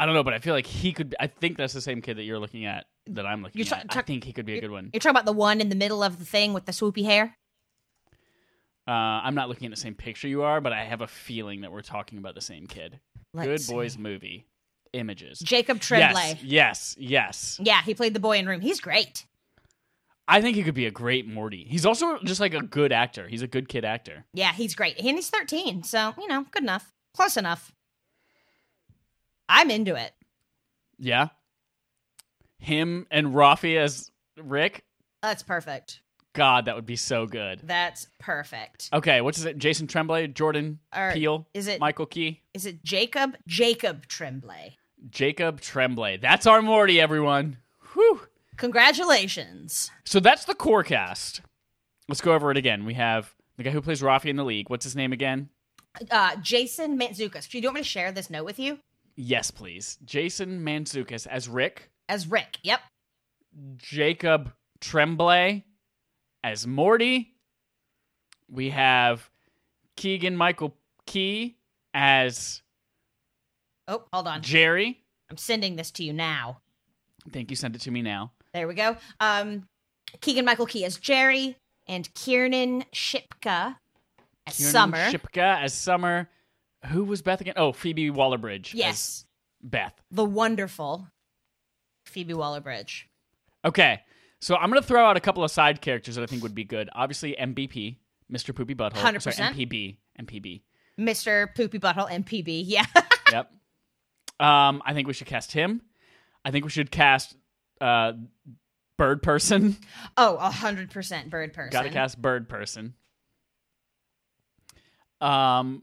[SPEAKER 2] I don't know, but I feel like he could I think that's the same kid that you're looking at that I'm looking
[SPEAKER 1] You're
[SPEAKER 2] at.
[SPEAKER 1] ta- ta-
[SPEAKER 2] I think he could be a good one.
[SPEAKER 1] You're talking about the one in the middle of the thing with the swoopy hair?
[SPEAKER 2] Uh, I'm not looking at the same picture you are, but I have a feeling that we're talking about the same kid. Good
[SPEAKER 1] Let's see.
[SPEAKER 2] Boys movie. Images.
[SPEAKER 1] Jacob Tremblay.
[SPEAKER 2] Yes, yes, yes.
[SPEAKER 1] Yeah, he played the boy in Room. He's great.
[SPEAKER 2] I think he could be a great Morty. He's also just like a good actor. He's a good kid actor.
[SPEAKER 1] Yeah, he's great. And he's 13, so, you know, good enough. Close enough. I'm into it.
[SPEAKER 2] Yeah. Him and Rafi as Rick.
[SPEAKER 1] That's perfect.
[SPEAKER 2] God, that would be so good.
[SPEAKER 1] That's perfect.
[SPEAKER 2] Okay, what's his name? Jason Tremblay, Jordan
[SPEAKER 1] Or
[SPEAKER 2] Peele,
[SPEAKER 1] is it-
[SPEAKER 2] Michael Key,
[SPEAKER 1] Is it Jacob? Jacob Tremblay.
[SPEAKER 2] Jacob Tremblay. That's our Morty, everyone. Whew.
[SPEAKER 1] Congratulations.
[SPEAKER 2] So that's the core cast. Let's go over it again. We have the guy who plays Rafi in the league. What's his name again?
[SPEAKER 1] Uh, Jason Mantzoukas. Do you want me to share this note with you?
[SPEAKER 2] Yes, please. Jason Mantzoukas as Rick.
[SPEAKER 1] As Rick. Yep.
[SPEAKER 2] Jacob Tremblay as Morty. We have Keegan Michael Key as
[SPEAKER 1] Oh, hold on.
[SPEAKER 2] Jerry.
[SPEAKER 1] I'm sending this to you now.
[SPEAKER 2] Thank you. Send it to me now.
[SPEAKER 1] There we go. Um, Keegan Michael Key as Jerry and Kiernan Shipka as
[SPEAKER 2] Kieran
[SPEAKER 1] Summer.
[SPEAKER 2] Shipka as Summer. Who was Beth again? Oh, Phoebe Waller Bridge.
[SPEAKER 1] yes.
[SPEAKER 2] Beth.
[SPEAKER 1] The wonderful Phoebe Waller Bridge.
[SPEAKER 2] Okay. So I'm going to throw out a couple of side characters that I think would be good. Obviously, MBP, Mr. Poopy Butthole. Sorry,
[SPEAKER 1] 100%.
[SPEAKER 2] MPB. MPB.
[SPEAKER 1] Mr. Poopy Butthole MPB. Yeah. *laughs*
[SPEAKER 2] yep. Um, I think we should cast him. I think we should cast uh, Bird Person. *laughs*
[SPEAKER 1] oh, a 100% bird person.
[SPEAKER 2] Gotta cast Bird Person. Um,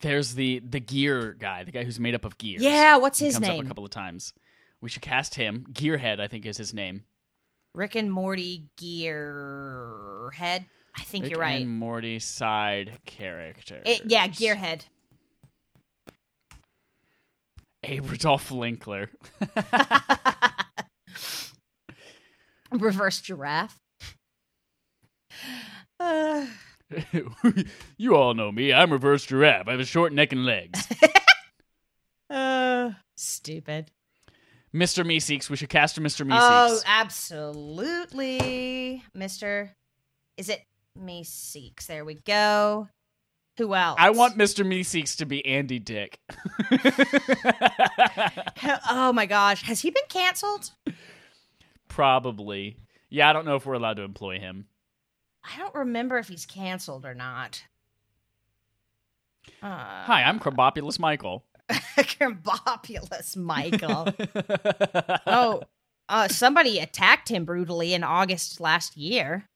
[SPEAKER 2] there's the the gear guy, the guy who's made up of gears.
[SPEAKER 1] Yeah, what's
[SPEAKER 2] He
[SPEAKER 1] his
[SPEAKER 2] comes
[SPEAKER 1] name?
[SPEAKER 2] up a couple of times. We should cast him. Gearhead, I think, is his name.
[SPEAKER 1] Rick and Morty Gearhead. I think
[SPEAKER 2] Rick
[SPEAKER 1] you're right.
[SPEAKER 2] And Morty side character.
[SPEAKER 1] It, yeah, Gearhead.
[SPEAKER 2] Abradolf Linkler. *laughs*
[SPEAKER 1] Reverse giraffe. *sighs* Uh,
[SPEAKER 2] you all know me. I'm Reverse Giraffe. I have a short neck and legs.
[SPEAKER 1] *laughs* uh, stupid.
[SPEAKER 2] Mr. Meeseeks. We should cast her Mr.
[SPEAKER 1] Oh,
[SPEAKER 2] Meeseeks.
[SPEAKER 1] absolutely. Mr. Is it Me Seeks? There we go. Who else?
[SPEAKER 2] I want Mr. Meeseeks to be Andy Dick.
[SPEAKER 1] Oh my gosh. Has he been canceled?
[SPEAKER 2] Probably. Yeah, I don't know if we're allowed to employ him.
[SPEAKER 1] I don't remember if he's canceled or not. Uh, *laughs*
[SPEAKER 2] Hi, I'm Crabopulous Michael.
[SPEAKER 1] Combobulous
[SPEAKER 2] *laughs*
[SPEAKER 1] Michael. oh, uh, somebody attacked him brutally in August last year.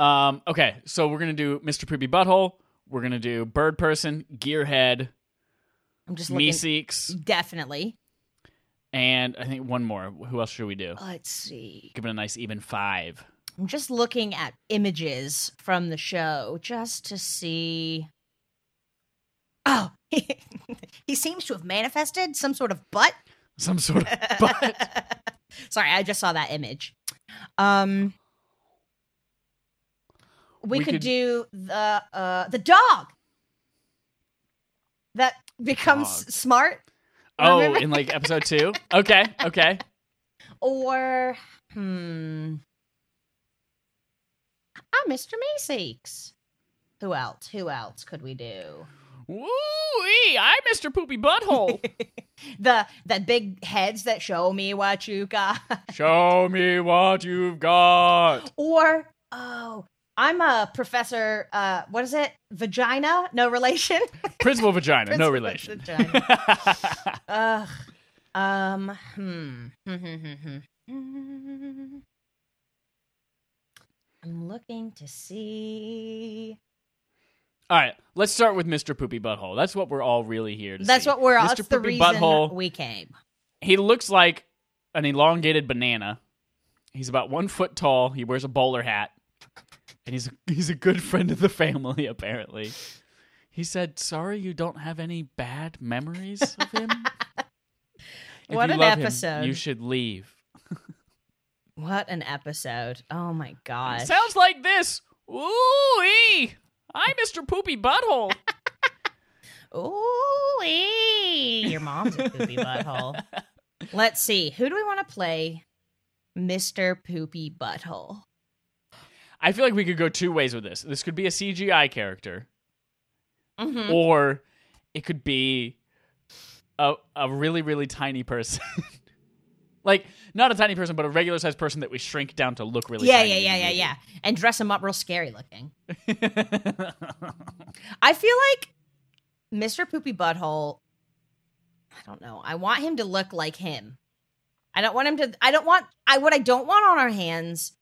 [SPEAKER 2] Um, okay, so we're gonna do Mr. Poopy Butthole. We're gonna do Bird Person, Gearhead,
[SPEAKER 1] I'm just looking.
[SPEAKER 2] Meeseeks,
[SPEAKER 1] Definitely.
[SPEAKER 2] and I think one more. Who else should we do?
[SPEAKER 1] Let's see.
[SPEAKER 2] Give it a nice even five.
[SPEAKER 1] I'm just looking at images from the show just to see. Oh, *laughs* he seems to have manifested some sort of butt. *laughs*
[SPEAKER 2] Some sort of butt.
[SPEAKER 1] Sorry, I just saw that image. Um, we,
[SPEAKER 2] We
[SPEAKER 1] could,
[SPEAKER 2] could-
[SPEAKER 1] do the uh the dog that becomes
[SPEAKER 2] Dog.
[SPEAKER 1] smart,
[SPEAKER 2] oh,
[SPEAKER 1] Remember?
[SPEAKER 2] in like episode two. Okay, okay.
[SPEAKER 1] or hmm, ah, Mr. Meeseeks. Who else? Who else could we do?
[SPEAKER 2] Woo! I'm Mr. Poopy Butthole.
[SPEAKER 1] The the big heads that show me what you got, *laughs*
[SPEAKER 2] *laughs* Show me what you've got.
[SPEAKER 1] or oh, I'm a professor. Uh, what is it? Vagina? No relation. *laughs*
[SPEAKER 2] Principal vagina, no
[SPEAKER 1] Principal
[SPEAKER 2] relation. *laughs*
[SPEAKER 1] vagina. Ugh. Um. Hmm. *laughs* I'm looking to see.
[SPEAKER 2] All right, let's start with Mr. Poopy Butthole. That's what we're all really here to
[SPEAKER 1] That's
[SPEAKER 2] see.
[SPEAKER 1] what we're.
[SPEAKER 2] Mr.
[SPEAKER 1] That's the
[SPEAKER 2] Poopy
[SPEAKER 1] reason
[SPEAKER 2] Butthole.
[SPEAKER 1] we came.
[SPEAKER 2] He looks like an elongated banana. He's about one foot tall. He wears a bowler hat, and he's he's a good friend of the family. *laughs* Apparently, he said, "Sorry, you don't have any bad memories of
[SPEAKER 1] *laughs*
[SPEAKER 2] him." If
[SPEAKER 1] What
[SPEAKER 2] you
[SPEAKER 1] an
[SPEAKER 2] love him,
[SPEAKER 1] episode.
[SPEAKER 2] you should leave.
[SPEAKER 1] What an episode! Oh my god.
[SPEAKER 2] Sounds like this. Ooh, I'm Mr.
[SPEAKER 1] *laughs*
[SPEAKER 2] Poopy Butthole.
[SPEAKER 1] Ooh, your mom's a poopy butthole.
[SPEAKER 2] *laughs*
[SPEAKER 1] Let's see. Who do we want to play, Mister Poopy Butthole?
[SPEAKER 2] I feel like we could go two ways with this. This could be a CGI character, Mm-hmm.
[SPEAKER 1] Mhm.
[SPEAKER 2] or it could be a a really really tiny person. *laughs* like not a tiny person, but a regular sized person that we shrink down to look really.
[SPEAKER 1] yeah, yeah,
[SPEAKER 2] tiny
[SPEAKER 1] yeah, yeah,
[SPEAKER 2] and
[SPEAKER 1] yeah. And dress him up real scary looking.
[SPEAKER 2] weird.
[SPEAKER 1] I feel like Mr. Poopy Butthole. I don't know. I want him to look like him. I don't want him to. I don't want. I what I don't want on our hands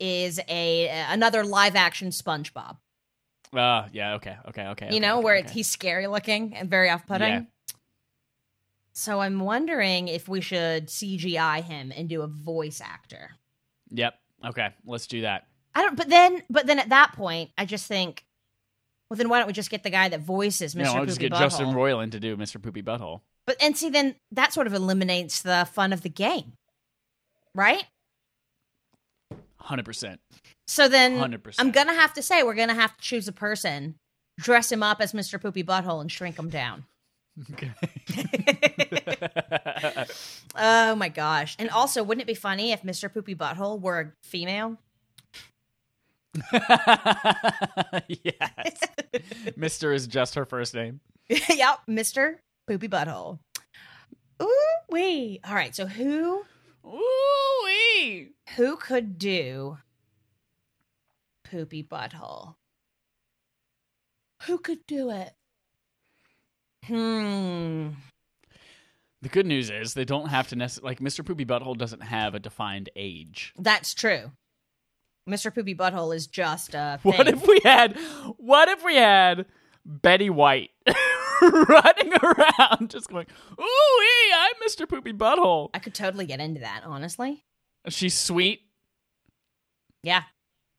[SPEAKER 1] is a another live action SpongeBob.
[SPEAKER 2] *laughs* Ah, yeah. Okay. Okay. Okay. okay,
[SPEAKER 1] you know
[SPEAKER 2] okay,
[SPEAKER 1] where
[SPEAKER 2] okay.
[SPEAKER 1] he's scary looking and very off putting.
[SPEAKER 2] Yeah.
[SPEAKER 1] So I'm wondering if we should CGI him and do a voice actor.
[SPEAKER 2] Yep. Okay. Let's do that.
[SPEAKER 1] I don't. But then, but then at that point, I just think, well, then why don't we just get the guy that voices Mr.
[SPEAKER 2] No, I'll
[SPEAKER 1] Poopy
[SPEAKER 2] just get
[SPEAKER 1] Butthole?
[SPEAKER 2] Justin Roiland to do Mr. Poopy Butthole.
[SPEAKER 1] But and see, then that sort of eliminates the fun of the game, right?
[SPEAKER 2] Hundred percent.
[SPEAKER 1] So then
[SPEAKER 2] Hundred percent.
[SPEAKER 1] I'm gonna have to say we're gonna have to choose a person, dress him up as Mr. Poopy Butthole, and shrink him
[SPEAKER 2] *laughs*
[SPEAKER 1] down.
[SPEAKER 2] Okay.
[SPEAKER 1] Oh my gosh! And also, wouldn't it be funny if Mr. Poopy Butthole were a female? *laughs*
[SPEAKER 2] yes. Mister is just her first name.
[SPEAKER 1] yep, Mr. Poopy Butthole. Ooh wee! All right, so who
[SPEAKER 2] Ooh
[SPEAKER 1] who could do Poopy Butthole? Who could do it? Hmm.
[SPEAKER 2] The good news is they don't have to necessarily like Mr. Poopy Butthole doesn't have a defined age. *laughs*
[SPEAKER 1] That's true. Mr. Poopy Butthole is just a thing.
[SPEAKER 2] What if we had what if we had Betty White *laughs* running around just going, Ooh wee, I'm Mr. Poopy Butthole.
[SPEAKER 1] I could totally get into that, honestly.
[SPEAKER 2] She's sweet.
[SPEAKER 1] Yeah.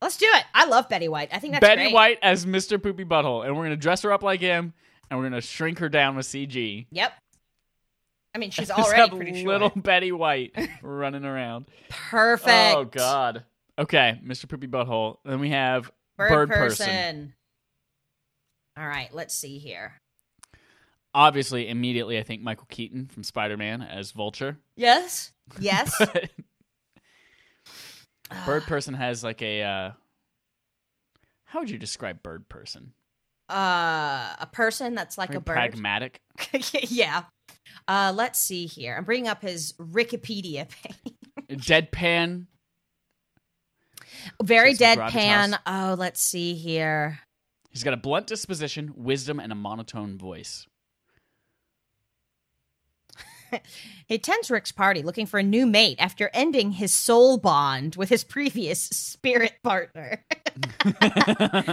[SPEAKER 1] Let's do it. I love Betty White. I think that's
[SPEAKER 2] Betty
[SPEAKER 1] great.
[SPEAKER 2] White as Mr. Poopy Butthole, and we're gonna dress her up like him, and we're gonna shrink her down with CG.
[SPEAKER 1] Yep. I mean, she's
[SPEAKER 2] *laughs* Just
[SPEAKER 1] already
[SPEAKER 2] have
[SPEAKER 1] pretty short.
[SPEAKER 2] little
[SPEAKER 1] *laughs*
[SPEAKER 2] Betty White running around.
[SPEAKER 1] Perfect.
[SPEAKER 2] Oh God. Okay, Mr. Poopy Butthole. Then we have
[SPEAKER 1] Bird,
[SPEAKER 2] Bird
[SPEAKER 1] person.
[SPEAKER 2] person.
[SPEAKER 1] All right, let's see here.
[SPEAKER 2] obviously immediately I think Michael Keaton from Spider Man as Vulture.
[SPEAKER 1] Yes. Yes.
[SPEAKER 2] *laughs* But
[SPEAKER 1] Ah,
[SPEAKER 2] Bird Person has like a uh how would you describe Bird Person?
[SPEAKER 1] Uh, a person that's like
[SPEAKER 2] Very
[SPEAKER 1] a bird.
[SPEAKER 2] Pragmatic.
[SPEAKER 1] *laughs* yeah. Uh, let's see here. I'm bringing up his Wikipedia *laughs* page.
[SPEAKER 2] Deadpan.
[SPEAKER 1] Very
[SPEAKER 2] So it's like
[SPEAKER 1] deadpan. Oh, let's see here.
[SPEAKER 2] He's got a blunt disposition, wisdom, and a monotone voice. *laughs*
[SPEAKER 1] He attends Rick's party looking for a new mate after ending his soul bond with his previous *laughs* spirit partner.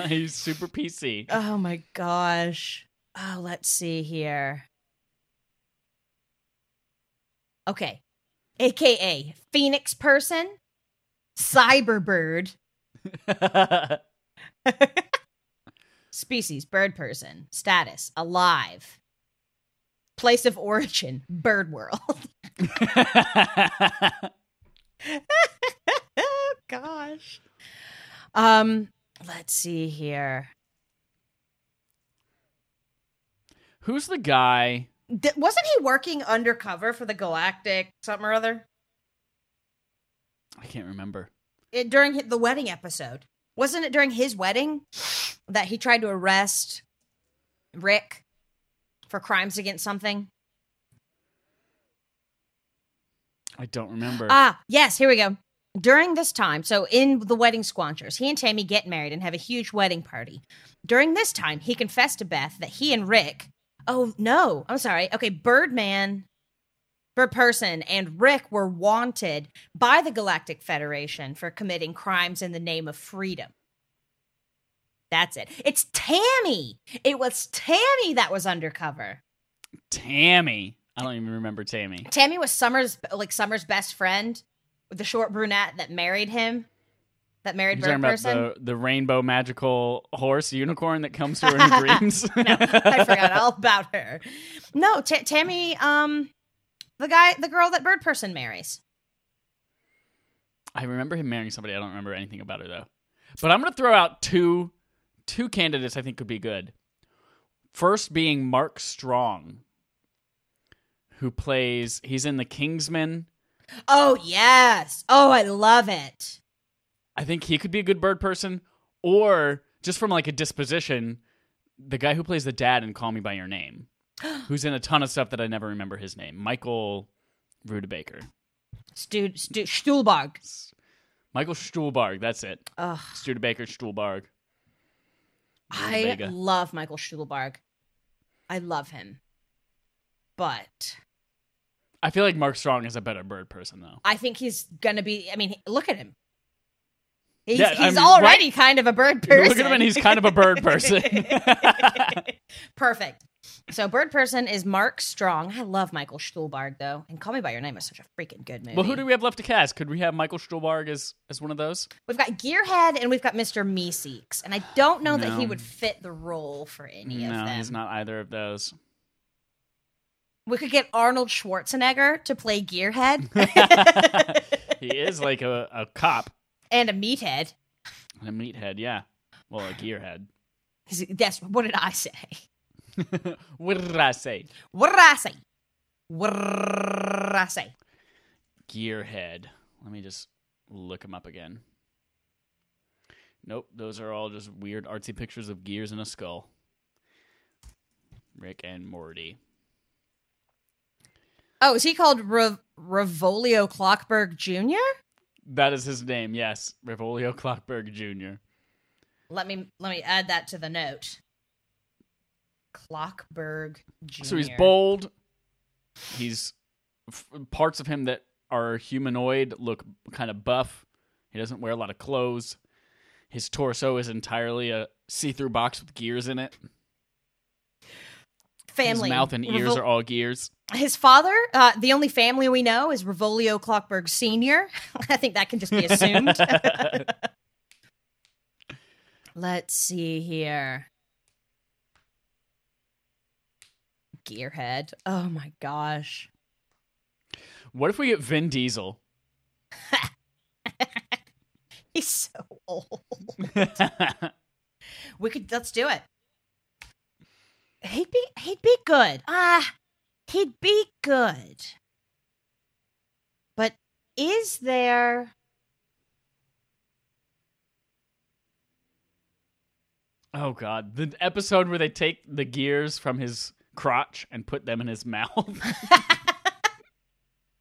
[SPEAKER 2] He's super PC.
[SPEAKER 1] oh my gosh. Oh, let's see here. Okay. AKA Phoenix Person, Cyberbird, species, bird person, status, alive, place of origin, *laughs* bird world. oh gosh. Um, let's see here.
[SPEAKER 2] *laughs* Who's the guy?
[SPEAKER 1] Th- wasn't he working undercover for the Galactic something or other
[SPEAKER 2] I can't remember.
[SPEAKER 1] it, during hi- the wedding episode? Wasn't it during his wedding that he tried to arrest Rick for crimes against something?
[SPEAKER 2] I don't remember.
[SPEAKER 1] Ah, yes, here we go. During this time, so in The Wedding Squanchers, he and Tammy get married and have a huge wedding party. During this time, he confessed to Beth that he and Rick, oh no, I'm sorry. Okay, Birdman, Bird Person, and Rick were wanted by the Galactic Federation for committing crimes in the name of freedom. That's it. It's Tammy. It was Tammy that was undercover.
[SPEAKER 2] Tammy. I don't even remember Tammy.
[SPEAKER 1] Tammy was Summer's like Summer's best friend, the short brunette that married him, that married
[SPEAKER 2] You're
[SPEAKER 1] Bird
[SPEAKER 2] talking
[SPEAKER 1] person.
[SPEAKER 2] about the, the rainbow magical horse unicorn that comes to her
[SPEAKER 1] *laughs*
[SPEAKER 2] in dreams.
[SPEAKER 1] no, I forgot all about her. No, Ta Tammy, um, the guy, the girl that Bird person marries.
[SPEAKER 2] I remember him marrying somebody. I don't remember anything about her though. But I'm gonna throw out two two candidates I think could be good. First being Mark Strong, who plays he's in the Kingsman.
[SPEAKER 1] Oh yes, oh I love it.
[SPEAKER 2] I think he could be a good bird person, or just from like a disposition, the guy who plays the dad in Call Me by Your Name, who's in a ton of stuff that I never remember his name. Michael Rudebaker.
[SPEAKER 1] Stu, Stu, Stuhlbarg.
[SPEAKER 2] Michael Stuhlbarg, that's it.
[SPEAKER 1] Ugh.
[SPEAKER 2] Studebaker Stuhlbarg.
[SPEAKER 1] I
[SPEAKER 2] Vega.
[SPEAKER 1] love Michael Stuhlbarg. I love him. But
[SPEAKER 2] I feel like Mark Strong is a better bird person though.
[SPEAKER 1] I think he's going to be, I mean, look at him. He's,
[SPEAKER 2] Yeah, I
[SPEAKER 1] he's
[SPEAKER 2] mean,
[SPEAKER 1] already kind of a bird person.
[SPEAKER 2] Look at him and he's kind of a bird person.
[SPEAKER 1] Perfect. So, bird person is Mark Strong. I love Michael Stuhlbarg, though. And Call Me By Your Name is such a freaking good movie.
[SPEAKER 2] well, who do we have left to cast? Could we have Michael Stuhlbarg as as one of those?
[SPEAKER 1] We've got Gearhead and we've got Mr. Meeseeks. And I don't know that he
[SPEAKER 2] No.
[SPEAKER 1] would fit the role for any of
[SPEAKER 2] no,
[SPEAKER 1] them.
[SPEAKER 2] he's not either of those.
[SPEAKER 1] We could get Arnold Schwarzenegger to play Gearhead
[SPEAKER 2] *laughs* He is like a, a cop
[SPEAKER 1] *laughs* and a meathead.
[SPEAKER 2] and a meathead, yeah. Well, a gearhead.
[SPEAKER 1] Is it- That's what did I say?
[SPEAKER 2] what did I say?
[SPEAKER 1] What did I say? What did I say?
[SPEAKER 2] Gearhead. Let me just look him up again. Nope, those are all just weird artsy pictures of gears and a skull. Rick and Morty.
[SPEAKER 1] Oh, is he called Re- Revolio Clockberg Jr.?
[SPEAKER 2] That is his name, yes. Revolio Clockberg Jr.
[SPEAKER 1] Let me let me add that to the note. Clockberg Jr.
[SPEAKER 2] So he's bold. He's f- parts of him that are humanoid look kind of buff. He doesn't wear a lot of clothes. His torso is entirely a see-through box with gears in it.
[SPEAKER 1] Family.
[SPEAKER 2] His mouth and ears
[SPEAKER 1] Revol-
[SPEAKER 2] are all gears.
[SPEAKER 1] His father, uh, the only family we know, is Revolio Clockberg Sr. *laughs* I think that can just be
[SPEAKER 2] *laughs*
[SPEAKER 1] assumed. *laughs* Let's see here. Gearhead. Oh my gosh.
[SPEAKER 2] What if we get Vin Diesel?
[SPEAKER 1] *laughs* He's so *laughs* old.
[SPEAKER 2] I
[SPEAKER 1] We could let's do it. He'd be he'd be good. Ah, he'd be good. But is there
[SPEAKER 2] Oh god, the episode where they take the gears from his crotch and put them in his mouth. *laughs*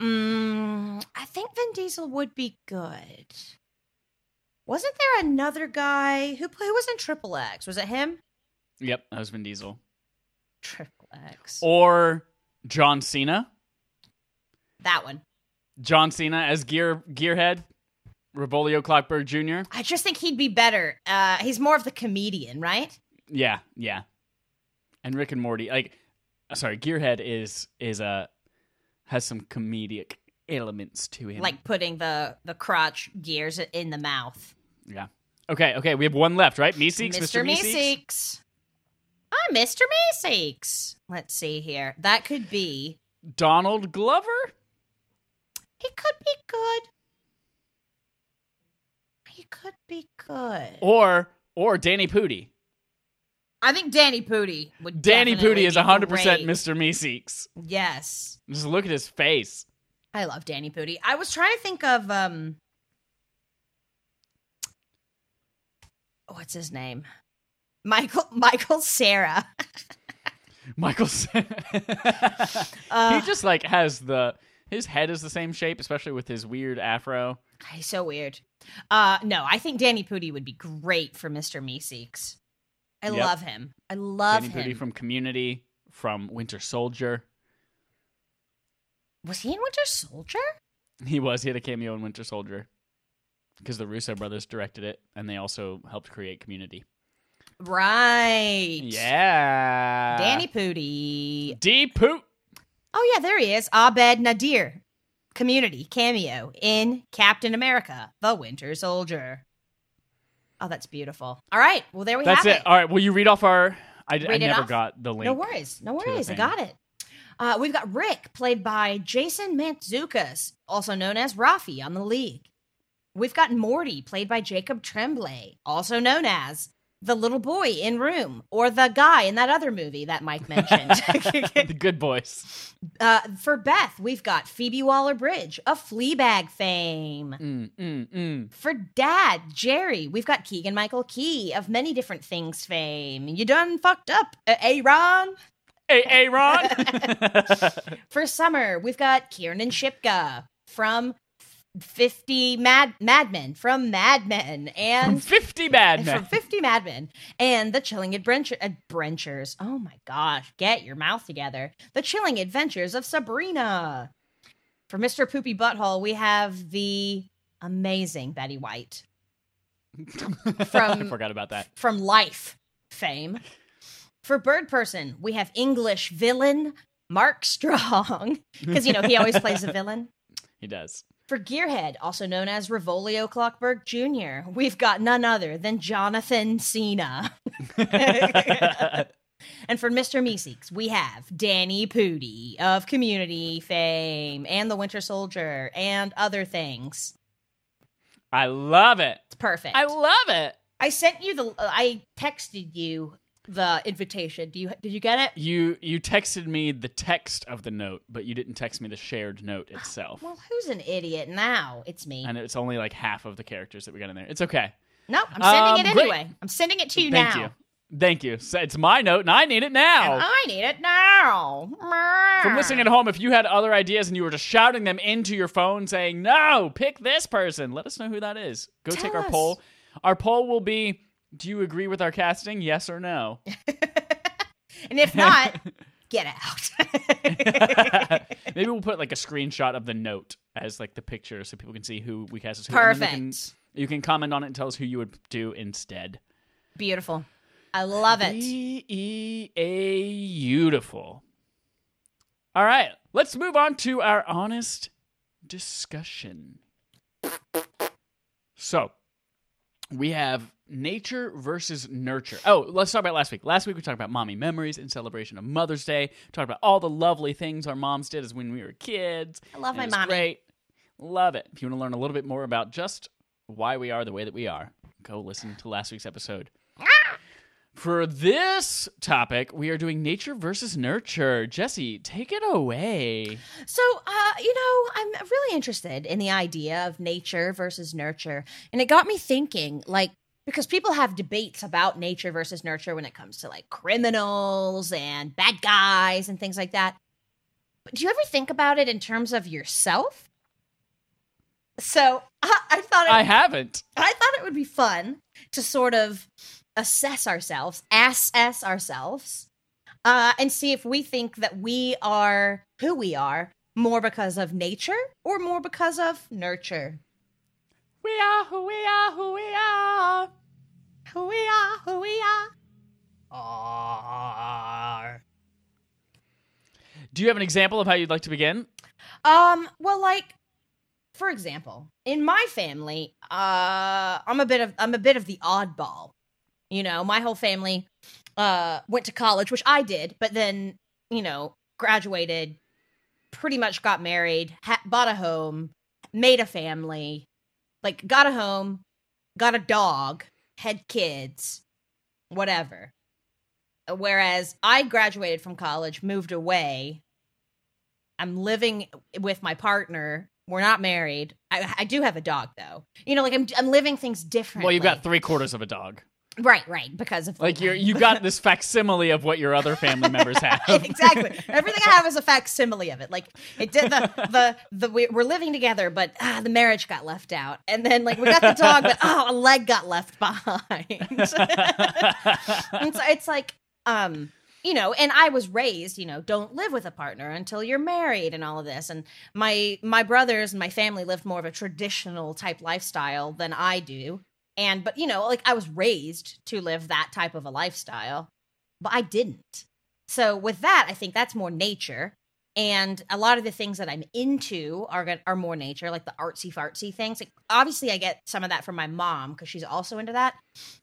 [SPEAKER 1] Mm, I think Vin Diesel would be good. Wasn't there another guy who who was in Triple X? Was it him?
[SPEAKER 2] yep, that was Vin Diesel.
[SPEAKER 1] Triple X.
[SPEAKER 2] Or John Cena.
[SPEAKER 1] that one.
[SPEAKER 2] John Cena as Gear Gearhead. Revolio Clockberg Jr.
[SPEAKER 1] I just think he'd be better. Uh, he's more of the comedian, right?
[SPEAKER 2] Yeah, yeah. And Rick and Morty, like, uh, sorry, Gearhead is is uh, has some comedic elements to him.
[SPEAKER 1] Like putting the the crotch gears in the mouth.
[SPEAKER 2] yeah. Okay, okay, we have one left, right? Meeseeks, Mr. Meeseeks.
[SPEAKER 1] Meeseeks. Ah, Mr. Meeseeks. Let's see here. That could be.
[SPEAKER 2] Donald Glover.
[SPEAKER 1] He could be good. He could be good.
[SPEAKER 2] Oh. or or Danny Pooty.
[SPEAKER 1] I think Danny Pooty would.
[SPEAKER 2] Danny
[SPEAKER 1] definitely
[SPEAKER 2] Pooty is
[SPEAKER 1] be
[SPEAKER 2] 100%
[SPEAKER 1] great.
[SPEAKER 2] Mr. Meeseeks.
[SPEAKER 1] Yes,
[SPEAKER 2] Just look at his face.
[SPEAKER 1] I love Danny Pooty. I was trying to think of um, what's his name? Michael *laughs* Michael Sarah. *laughs*
[SPEAKER 2] Michael Sa-
[SPEAKER 1] Uh,
[SPEAKER 2] He just like has the his head is the same shape especially with his weird afro.
[SPEAKER 1] he's so weird. Uh, no, I think Danny Pooty would be great for Mister Meeseeks. I
[SPEAKER 2] Yep.
[SPEAKER 1] love him. I love
[SPEAKER 2] Danny
[SPEAKER 1] him.
[SPEAKER 2] Pooty from Community, from Winter Soldier.
[SPEAKER 1] was he in Winter Soldier?
[SPEAKER 2] He was he had a cameo in Winter Soldier because the Russo brothers directed it and they also helped create Community.
[SPEAKER 1] Right.
[SPEAKER 2] Yeah.
[SPEAKER 1] Danny Pooty.
[SPEAKER 2] D Poot.
[SPEAKER 1] Oh yeah, there he is. Abed Nadir. Community cameo in Captain America: The Winter Soldier. Oh, that's beautiful. All right, well there we
[SPEAKER 2] That's
[SPEAKER 1] have
[SPEAKER 2] it.
[SPEAKER 1] it.
[SPEAKER 2] All right, will you read off our I, I
[SPEAKER 1] Read it
[SPEAKER 2] never
[SPEAKER 1] off?
[SPEAKER 2] got the link.
[SPEAKER 1] no worries, no
[SPEAKER 2] to the
[SPEAKER 1] worries. I
[SPEAKER 2] thing.
[SPEAKER 1] got it. Uh, we've got Rick, played by Jason Mantzoukas, also known as Rafi on the League. We've got Morty, played by Jacob Tremblay, also known as the little boy in Room or the guy in that other movie that Mike mentioned.
[SPEAKER 2] *laughs*
[SPEAKER 1] *laughs*
[SPEAKER 2] the good boys.
[SPEAKER 1] Uh, for Beth, we've got Phoebe Waller Bridge of Fleabag fame.
[SPEAKER 2] Mm, mm, mm.
[SPEAKER 1] For Dad, Jerry, we've got Keegan Michael Key of many different things fame. You done fucked up, uh, Aaron.
[SPEAKER 2] Hey, hey, Ron.
[SPEAKER 1] *laughs* For Summer, we've got Kiernan Shipka from 50 Mad Mad Men, from Mad Men, and
[SPEAKER 2] 50 Mad
[SPEAKER 1] from
[SPEAKER 2] Men.
[SPEAKER 1] 50 Mad Men and the Chilling Adventure Adventures. Oh my gosh, get your mouth together. The Chilling Adventures of Sabrina. For Mr. Poopy Butthole, we have the amazing Betty White
[SPEAKER 2] I *laughs*
[SPEAKER 1] from-
[SPEAKER 2] forgot about that.
[SPEAKER 1] from Life fame. For Bird Person, we have English villain Mark Strong because you know he always plays
[SPEAKER 2] *laughs*
[SPEAKER 1] a villain.
[SPEAKER 2] He does.
[SPEAKER 1] For Gearhead, also known as Revolio Clockberg Jr., we've got none other than Jonathan
[SPEAKER 2] *laughs*
[SPEAKER 1] Cena. And for Mr. Meeseeks, we have Danny Pudi of Community fame and The Winter Soldier and other things.
[SPEAKER 2] I love it.
[SPEAKER 1] It's perfect.
[SPEAKER 2] I love it.
[SPEAKER 1] I sent you the. I texted you the invitation. Do you did you get it?
[SPEAKER 2] You you texted me the text of the note, but you didn't text me the shared note itself.
[SPEAKER 1] Well, who's an idiot now? It's me.
[SPEAKER 2] And it's only like half of the characters that we got in there. It's okay.
[SPEAKER 1] No, I'm sending
[SPEAKER 2] Um,
[SPEAKER 1] it
[SPEAKER 2] great.
[SPEAKER 1] anyway. I'm sending it to you
[SPEAKER 2] Thank
[SPEAKER 1] now.
[SPEAKER 2] you. Thank you. So it's my note, and I need it now.
[SPEAKER 1] And I need it now.
[SPEAKER 2] From listening at home, if you had other ideas and you were just shouting them into your phone saying, no, pick this person, let us know who that is. Go
[SPEAKER 1] Tell
[SPEAKER 2] take our
[SPEAKER 1] us.
[SPEAKER 2] poll. Our poll will be Do you agree with our casting? Yes or no?
[SPEAKER 1] and if
[SPEAKER 2] *laughs*
[SPEAKER 1] not, get out. *laughs*
[SPEAKER 2] Maybe we'll put like a screenshot of the note as like the picture so people can see who we cast as who. And then you
[SPEAKER 1] Perfect.
[SPEAKER 2] can, you can comment on it and tell us who you would do instead.
[SPEAKER 1] Beautiful. I love it.
[SPEAKER 2] B E A beautiful. All right, let's move on to our honest discussion. So, we have nature versus nurture. Oh, let's talk about last week. Last week we talked about mommy memories in celebration of Mother's Day. Talked about all the lovely things our moms did as when we were kids.
[SPEAKER 1] I love
[SPEAKER 2] And
[SPEAKER 1] my
[SPEAKER 2] it's
[SPEAKER 1] mommy.
[SPEAKER 2] Great. Love it. If you want to learn a little bit more about just why we are the way that we are, go listen to last week's episode.
[SPEAKER 1] Ah!
[SPEAKER 2] For this topic, we are doing nature versus nurture. Jesse, take it away.
[SPEAKER 1] So, uh, you know, I'm really interested in the idea of nature versus nurture. And it got me thinking, like, because people have debates about nature versus nurture when it comes to like criminals and bad guys and things like that. But do you ever think about it in terms of yourself? So *laughs* I, I thought it *laughs*
[SPEAKER 2] I haven't.
[SPEAKER 1] I thought it would be fun to sort of assess ourselves, assess ourselves, uh, and see if we think that we are who we are more because of nature or more because of nurture.
[SPEAKER 2] We are who we are who we are.
[SPEAKER 1] Who we are, who we are. Are.
[SPEAKER 2] Do you have an example of how you'd like to begin?
[SPEAKER 1] Um, well, like, for example, in my family, uh, I'm a bit of I'm a bit of the oddball. You know, my whole family uh went to college, which I did, but then, you know, graduated, pretty much got married, ha- bought a home, made a family, like got a home, got a dog, had kids, whatever. Whereas I graduated from college, moved away, I'm living with my partner. We're not married. I, I do have a dog though. You know, like I'm I'm living things differently.
[SPEAKER 2] Well, you've got three quarters of a dog.
[SPEAKER 1] right, right, because of *laughs*
[SPEAKER 2] Like you, you got this facsimile of what your other family members have.
[SPEAKER 1] exactly. Everything I have is a facsimile of it. Like it did the the the we- we're living together, but ah, the marriage got left out, and then like we got the dog, but oh, a leg got left behind. *laughs* and
[SPEAKER 2] *laughs*
[SPEAKER 1] so *laughs* it's like um. You know, and I was raised, you know, don't live with a partner until you're married and all of this. And my my brothers and my family lived more of a traditional type lifestyle than I do. And but you know, like I was raised to live that type of a lifestyle, but I didn't. So with that, I think that's more nature. And a lot of the things that I'm into are gon- are more nature, like the artsy fartsy things. Like obviously, I get some of that from my mom because she's also into that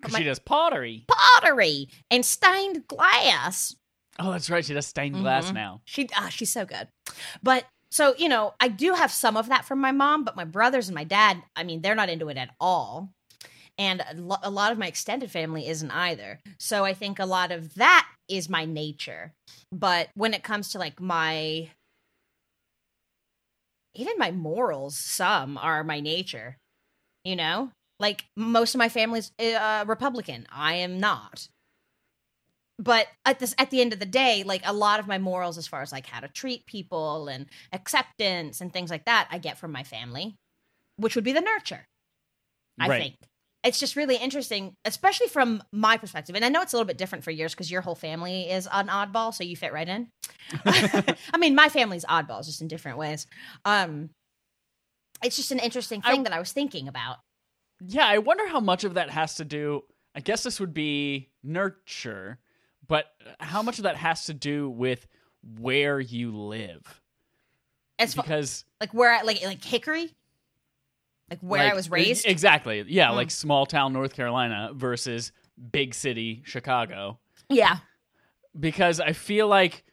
[SPEAKER 2] 'Cause
[SPEAKER 1] my-
[SPEAKER 2] she does pottery.
[SPEAKER 1] pottery and stained glass.
[SPEAKER 2] Oh, that's right. She does stained glass
[SPEAKER 1] Mhm.
[SPEAKER 2] now.
[SPEAKER 1] She ah, she's so good. But so you know, I do have some of that from my mom, but my brothers and my dad, I mean, they're not into it at all. And a lo- a lot of my extended family isn't either. So I think a lot of that is my nature. But when it comes to like my even my morals, some are my nature. You eh, know? Like most of my family's uh, Republican. I am not. but at this at the end of the day like a lot of my morals as far as like how to treat people and acceptance and things like that i get from my family which would be the nurture i
[SPEAKER 2] Right.
[SPEAKER 1] think it's just really interesting especially from my perspective and i know it's a little bit different for yours because your whole family is an oddball so you fit right
[SPEAKER 2] *laughs*
[SPEAKER 1] in *laughs* i mean my family's oddballs just in different ways um it's just an interesting
[SPEAKER 2] I-
[SPEAKER 1] thing that i was thinking about
[SPEAKER 2] Yeah, I wonder how much of that has to do. I guess this would be nurture, but how much of that has to do with where you live?
[SPEAKER 1] as far,
[SPEAKER 2] Because
[SPEAKER 1] like where i like like hickory like where
[SPEAKER 2] like, e-,
[SPEAKER 1] i was raised
[SPEAKER 2] exactly, yeah,
[SPEAKER 1] Mm.
[SPEAKER 2] like small town North Carolina versus big city Chicago.
[SPEAKER 1] yeah
[SPEAKER 2] because I feel like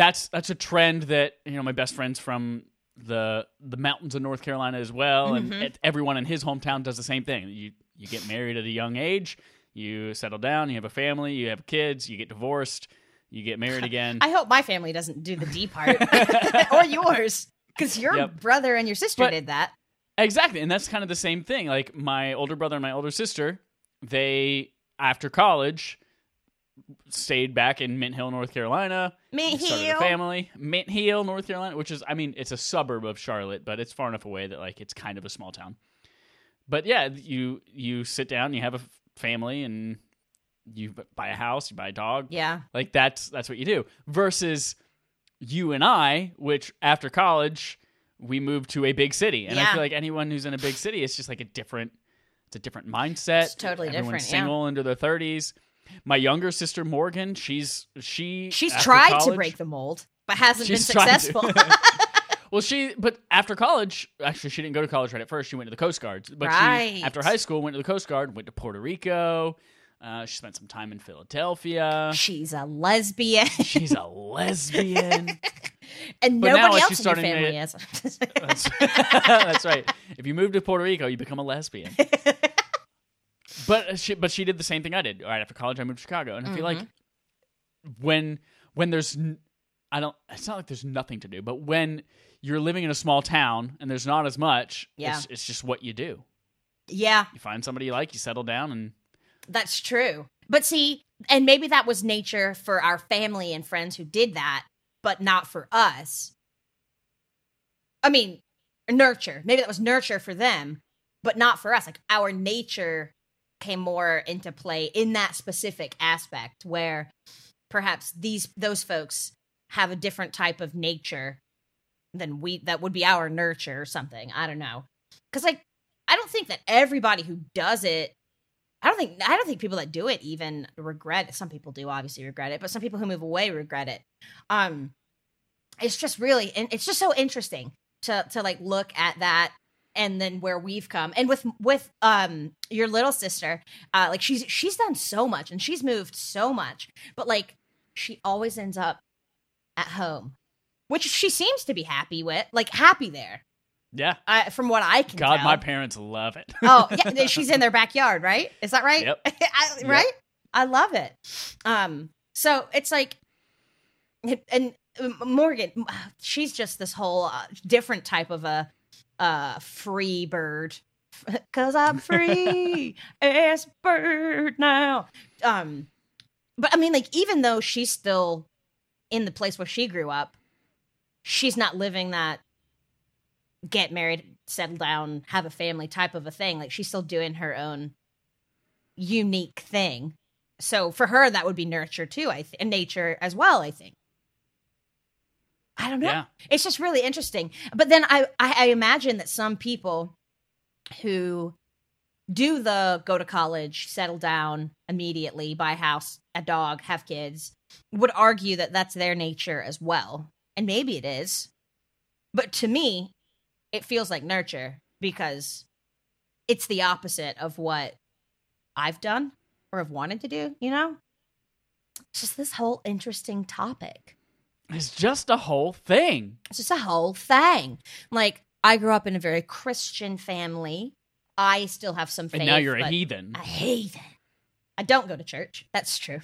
[SPEAKER 2] that's that's a trend that you know my best friends from the the mountains of North Carolina as well, and
[SPEAKER 1] Mhm.
[SPEAKER 2] it, everyone in his hometown does the same thing. You you get married at a young age, you settle down, you have a family, you have kids, you get divorced, you get married again.
[SPEAKER 1] I hope my family doesn't do the D
[SPEAKER 2] *laughs*
[SPEAKER 1] part *laughs* or yours because your
[SPEAKER 2] Yep.
[SPEAKER 1] brother and your sister
[SPEAKER 2] But-
[SPEAKER 1] did that.
[SPEAKER 2] Exactly, and that's kind of the same thing. Like my older brother and my older sister, they after college stayed back in Mint Hill, North Carolina.
[SPEAKER 1] Me
[SPEAKER 2] started a
[SPEAKER 1] heel.
[SPEAKER 2] family. Mint Hill, North Carolina, which is I mean, it's a suburb of Charlotte, but it's far enough away that like it's kind of a small town. But yeah, you you sit down, you have a f- family and you b- buy a house, you buy a dog.
[SPEAKER 1] Yeah,
[SPEAKER 2] Like that's that's what you do. Versus you and I, which after college we moved to a big city, and I
[SPEAKER 1] Yeah.
[SPEAKER 2] feel like anyone who's in a big city, it's just like a different, it's a different mindset.
[SPEAKER 1] It's totally
[SPEAKER 2] Everyone's
[SPEAKER 1] different, yeah.
[SPEAKER 2] single into their thirties. My younger sister Morgan, she's she
[SPEAKER 1] she's
[SPEAKER 2] after
[SPEAKER 1] tried to
[SPEAKER 2] college-
[SPEAKER 1] break the mold, but hasn't
[SPEAKER 2] She's
[SPEAKER 1] been
[SPEAKER 2] tried to.
[SPEAKER 1] successful.
[SPEAKER 2] *laughs* Well, she but after college, actually, she didn't go to college right at first. She went to the Coast Guard. But
[SPEAKER 1] Right.
[SPEAKER 2] she, after high school, went to the Coast Guard. Went to Puerto Rico. Uh, she spent some time in Philadelphia.
[SPEAKER 1] she's a lesbian, *laughs*
[SPEAKER 2] She's a lesbian.
[SPEAKER 1] and
[SPEAKER 2] But now
[SPEAKER 1] nobody
[SPEAKER 2] as
[SPEAKER 1] else in
[SPEAKER 2] she's
[SPEAKER 1] your
[SPEAKER 2] starting
[SPEAKER 1] family is. *laughs*
[SPEAKER 2] That's, that's right. *laughs* If you move to Puerto Rico, you become
[SPEAKER 1] *laughs*
[SPEAKER 2] a lesbian. but she, but she did the same thing I did. All right, after college, I moved to Chicago, and I feel like
[SPEAKER 1] Mm-hmm.
[SPEAKER 2] when when there's n- I don't. It's not like there's nothing to do, but when you're living in a small town and there's not as much,
[SPEAKER 1] Yeah.
[SPEAKER 2] it's, it's just what you do.
[SPEAKER 1] yeah,
[SPEAKER 2] You find somebody you like, you settle down, and
[SPEAKER 1] that's true. But see, and maybe that was nature for our family and friends who did that, but not for us. I mean, nurture. Maybe that was nurture for them, but not for us. Like our nature came more into play in that specific aspect where perhaps these those folks have a different type of nature than we that would be our nurture or something. I don't know. Cuz like I don't think that everybody who does it I don't think I don't think people that do it even regret it. Some people do obviously regret it, but some people who move away regret it. Um it's just really and it's just so interesting to to like look at that and then where we've come. And with with um your little sister, uh like she's she's done so much and she's moved so much, but like she always ends up at home, which she seems to be happy with, like happy there.
[SPEAKER 2] yeah.
[SPEAKER 1] Uh, from what I can
[SPEAKER 2] God,
[SPEAKER 1] tell.
[SPEAKER 2] my parents love it.
[SPEAKER 1] Oh,
[SPEAKER 2] *laughs*
[SPEAKER 1] yeah, she's in their backyard, right? Is that right?
[SPEAKER 2] Yep.
[SPEAKER 1] *laughs* I,
[SPEAKER 2] Yep.
[SPEAKER 1] Right? I love it. Um, so it's like, and um, Morgan, she's just this whole uh, different type of a uh, free bird. *laughs* Cause I'm
[SPEAKER 2] *laughs*
[SPEAKER 1] free as a bird now. Um, but I mean, like, even though she's still in the place where she grew up, she's not living that get married, settle down, have a family type of a thing. Like she's still doing her own unique thing. So for her, that would be nurture too, I th- and nature as well. I think. I don't know.
[SPEAKER 2] Yeah.
[SPEAKER 1] It's just really interesting. But then I, I, I imagine that some people who do the go to college, settle down immediately, buy a house, a dog, have kids, would argue that that's their nature as well. And maybe it is. But to me, it feels like nurture because it's the opposite of what I've done or have wanted to do, you know? It's just this whole interesting topic.
[SPEAKER 2] It's just a whole thing.
[SPEAKER 1] It's just a whole thing. Like, I grew up in a very Christian family. I still have some faith.
[SPEAKER 2] and now you're a
[SPEAKER 1] but-
[SPEAKER 2] heathen.
[SPEAKER 1] a heathen. I don't go to church. That's true.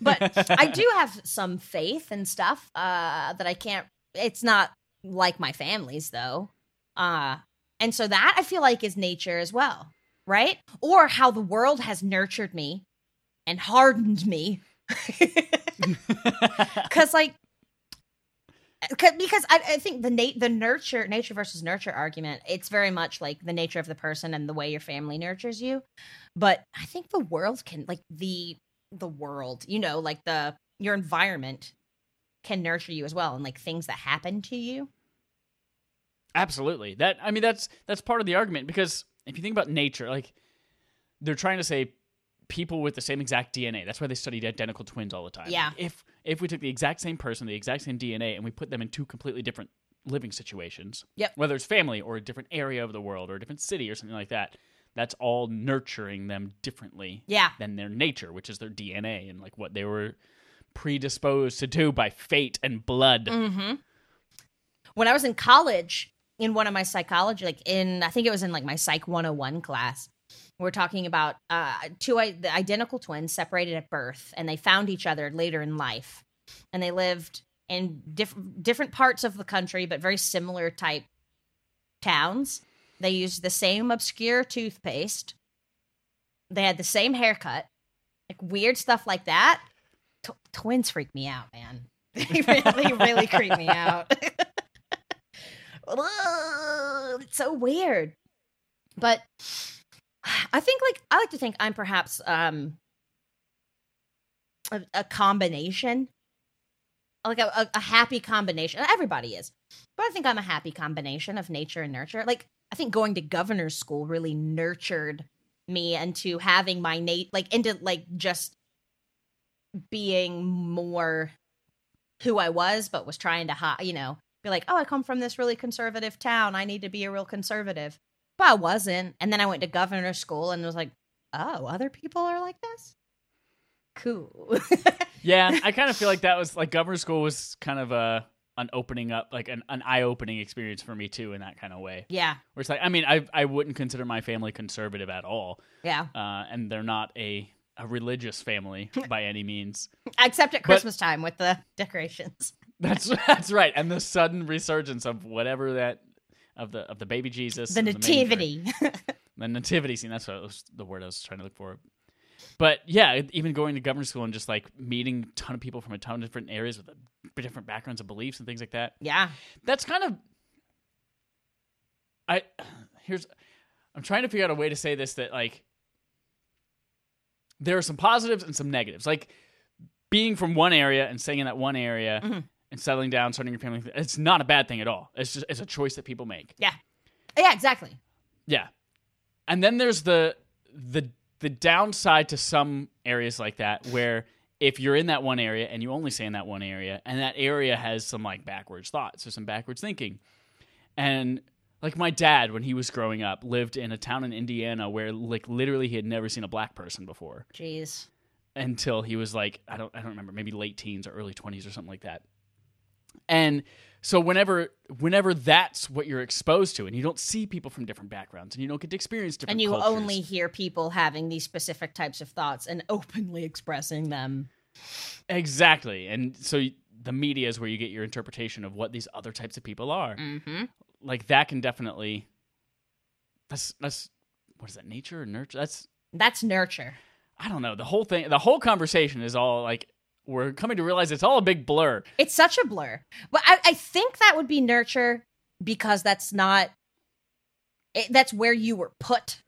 [SPEAKER 1] but I do have some faith and stuff uh, that I can't. It's not like my family's though, uh, and so that I feel like is nature as well, right? Or how the world has nurtured me *laughs* and hardened me because like 'cause- because I, I think the nat- the nurture nature versus nurture argument it's very much like the nature of the person and the way your family nurtures you but i think the world can like the the world you know like the your environment can nurture you as well and like things that happen to you
[SPEAKER 2] Absolutely. That I mean that's that's part of the argument because if you think about nature, like they're trying to say people with the same exact DNA. That's why they studied identical twins all the time.
[SPEAKER 1] Yeah.
[SPEAKER 2] Like, if if we took the exact same person, the exact same DNA, and we put them in two completely different living situations,
[SPEAKER 1] Yep.
[SPEAKER 2] whether it's family or a different area of the world or a different city or something like that, that's all nurturing them differently
[SPEAKER 1] yeah
[SPEAKER 2] than their nature, which is their DNA and like what they were predisposed to do by fate and blood.
[SPEAKER 1] hmm When I was in college, in one of my psychology, like in, I think it was in like my Psych 101 class, we we're talking about uh, two I- the identical twins separated at birth, and they found each other later in life, and they lived in diff- different parts of the country, but very similar type towns. They used the same obscure toothpaste. They had the same haircut, like weird stuff like that. Tw- twins freak me out, man. *laughs* They really, really creep me out. *laughs* Ugh, it's so weird. But I think, like, I like to think I'm perhaps um a, a combination, like a, a, a happy combination. Everybody is, but I think I'm a happy combination of nature and nurture. Like, I think going to governor's school really nurtured me into having my nate like into like just being more who I was, but was trying to, hi- you know, be like, oh, I come from this really conservative town. I need to be a real conservative. But I wasn't. And then I went to governor's school and was like, oh, other people are like this? Cool. *laughs*
[SPEAKER 2] Yeah, I kind of feel like that was like governor school was kind of a an opening up, like an, an eye opening experience for me too, in that kind of way.
[SPEAKER 1] yeah.
[SPEAKER 2] Where it's like, I mean, I I wouldn't consider my family conservative at all,
[SPEAKER 1] Yeah.
[SPEAKER 2] uh, and they're not a a religious
[SPEAKER 1] *laughs*
[SPEAKER 2] family by any means.
[SPEAKER 1] Except at Christmas time with the decorations.
[SPEAKER 2] That's that's right. And the sudden resurgence of whatever that of the of the baby Jesus,
[SPEAKER 1] The
[SPEAKER 2] of manger.
[SPEAKER 1] nativity. *laughs*
[SPEAKER 2] the nativity scene. That's what was the word I was trying to look for. But yeah, e, even going to government school and just like meeting a ton of people from a ton of different areas with uh, different backgrounds and beliefs and things like that.
[SPEAKER 1] yeah.
[SPEAKER 2] That's kind of. I here's, I'm trying to figure out a way to say this that like. There are some positives and some negatives. Like being from one area and staying in that one area
[SPEAKER 1] Mhm.
[SPEAKER 2] and settling down, starting your family. It's not a bad thing at all. It's just it's a choice that people make.
[SPEAKER 1] Yeah, exactly.
[SPEAKER 2] Yeah. And then there's the the the downside to some areas like that where if you're in that one area and you only stay in that one area and that area has some like backwards thoughts or some backwards thinking. And like my dad when he was growing up lived in a town in Indiana where like literally he had never seen a black person before
[SPEAKER 1] Jeez.
[SPEAKER 2] until he was like I don't I don't remember maybe late teens or early 20s or something like that. And so whenever whenever that's what you're exposed to and you don't see people from different backgrounds and you don't get to experience different
[SPEAKER 1] And you
[SPEAKER 2] cultures,
[SPEAKER 1] only hear people having these specific types of thoughts and *laughs* openly expressing them.
[SPEAKER 2] Exactly. And so y- the media is where you get your interpretation of what these other types of people are.
[SPEAKER 1] Mm-hmm.
[SPEAKER 2] Like that can definitely that's that's what is that nature or nurture? That's
[SPEAKER 1] That's nurture.
[SPEAKER 2] I don't know. The whole thing the whole conversation is all like we're coming to realize it's all a big blur.
[SPEAKER 1] It's such a blur. But I, I think that would be nurture because that's not. It, eh, that's where you were put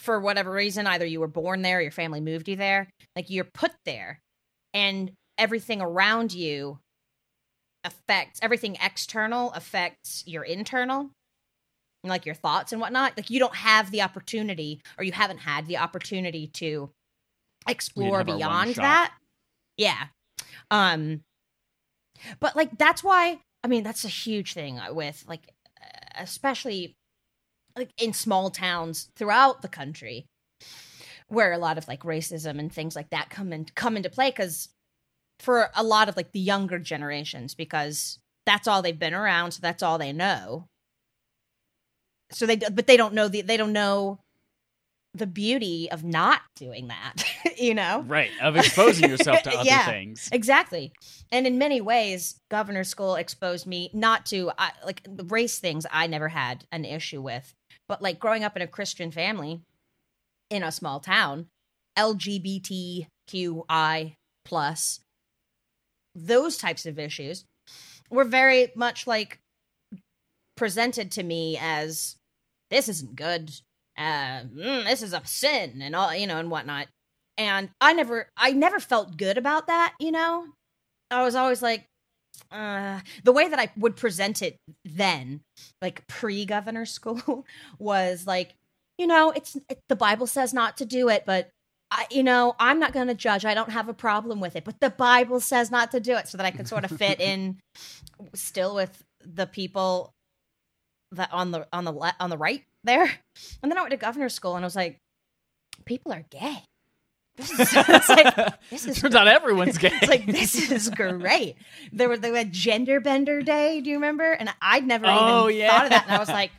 [SPEAKER 1] for whatever reason. Either you were born there, your family moved you there. Like you're put there, and everything around you affects everything external affects your internal and, like your thoughts and whatnot like you don't have the opportunity or you haven't had the opportunity to explore
[SPEAKER 2] have our one
[SPEAKER 1] beyond
[SPEAKER 2] shot.
[SPEAKER 1] that yeah um but like that's why i mean that's a huge thing with like uh, especially like in small towns throughout the country where a lot of like racism and things like that come in come into play because for a lot of like the younger generations because that's all they've been around so that's all they know so they but they don't know the they don't know the beauty of not doing that *laughs* you know
[SPEAKER 2] Right. Of exposing yourself
[SPEAKER 1] *laughs*
[SPEAKER 2] to other
[SPEAKER 1] Oh. Yeah.
[SPEAKER 2] things.
[SPEAKER 1] Exactly. And in many ways, governor school exposed me not to I, like race things I never had an issue with, but like growing up in a Christian family in a small town, LGBTQI plus those types of issues were very much like presented to me as this isn't good uh mm, this is a sin and all you know and whatnot and i never i never felt good about that you know i was always like uh the way that i would present it then like pre-governor school *laughs* was like you know it's it, the bible says not to do it but I, you know i'm not going to judge i don't have a problem with it but the bible says not to do it so that i could sort of fit in still with the people that on the on the le- on the right there and then i went to governor's school and i was like people are gay *laughs* this is, it's like
[SPEAKER 2] *laughs*
[SPEAKER 1] this is
[SPEAKER 2] Turns out everyone's gay.
[SPEAKER 1] it's like this is great. There were they had Gender Bender Day. Do you remember? And I'd never
[SPEAKER 2] Oh,
[SPEAKER 1] even
[SPEAKER 2] yeah.
[SPEAKER 1] thought of that, and I was like,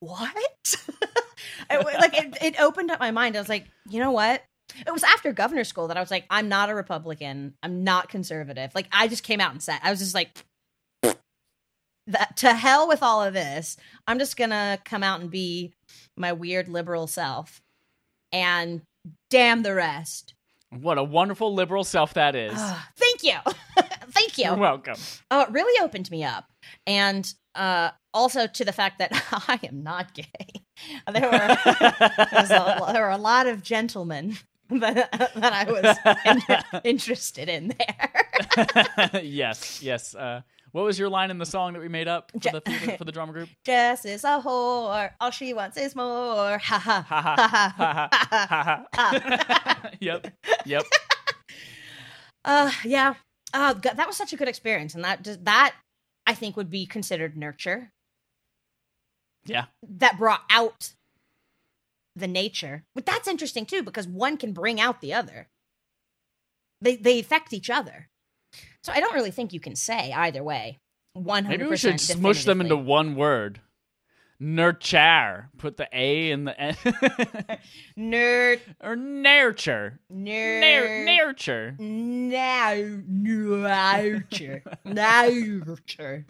[SPEAKER 1] "What?" *laughs* it, wa- like it, it opened up my mind. I was like, "You know what?" It was after Governor School that I was like, "I'm not a Republican. I'm not conservative." Like I just came out and said, "I was just like." That, to hell with all of this. I'm just gonna come out and be my weird liberal self, and damn the rest. *sighs*
[SPEAKER 2] what a wonderful liberal self that is.
[SPEAKER 1] Ah, thank you. *laughs* thank
[SPEAKER 2] You're
[SPEAKER 1] you.
[SPEAKER 2] welcome. *laughs*
[SPEAKER 1] Uh, it really opened me up. And uh, also to the fact that *laughs* I am not gay. *laughs* There were, there was a, there were a lot of gentlemen *laughs* that, that I was in- interested in there. *laughs*
[SPEAKER 2] yes, yes. Uh, what was your line in the song that we made up for
[SPEAKER 1] Ja-
[SPEAKER 2] the, for the, for the
[SPEAKER 1] *laughs*
[SPEAKER 2] drama group?
[SPEAKER 1] Jess is a whore. All she wants is more. Ha ha
[SPEAKER 2] Ha ha
[SPEAKER 1] ha ha. Ah.
[SPEAKER 2] ha ha ha ha. *laughs* Yep, yep.
[SPEAKER 1] Uh, yeah. Uh, g- that was such a good experience. And that, just, that I think would be considered nurture. *laughs*
[SPEAKER 2] Yeah.
[SPEAKER 1] that brought out the nature. But that's interesting too because one can bring out the other. They they affect each other. So I don't really think you can say either way. One hundred
[SPEAKER 2] Maybe we should smush them into one word. Nurture. Put the A in the N. *laughs*
[SPEAKER 1] nerd
[SPEAKER 2] or nurture. Nur-
[SPEAKER 1] nerd
[SPEAKER 2] nurture.
[SPEAKER 1] nerd nurture
[SPEAKER 2] *laughs*
[SPEAKER 1] nurture.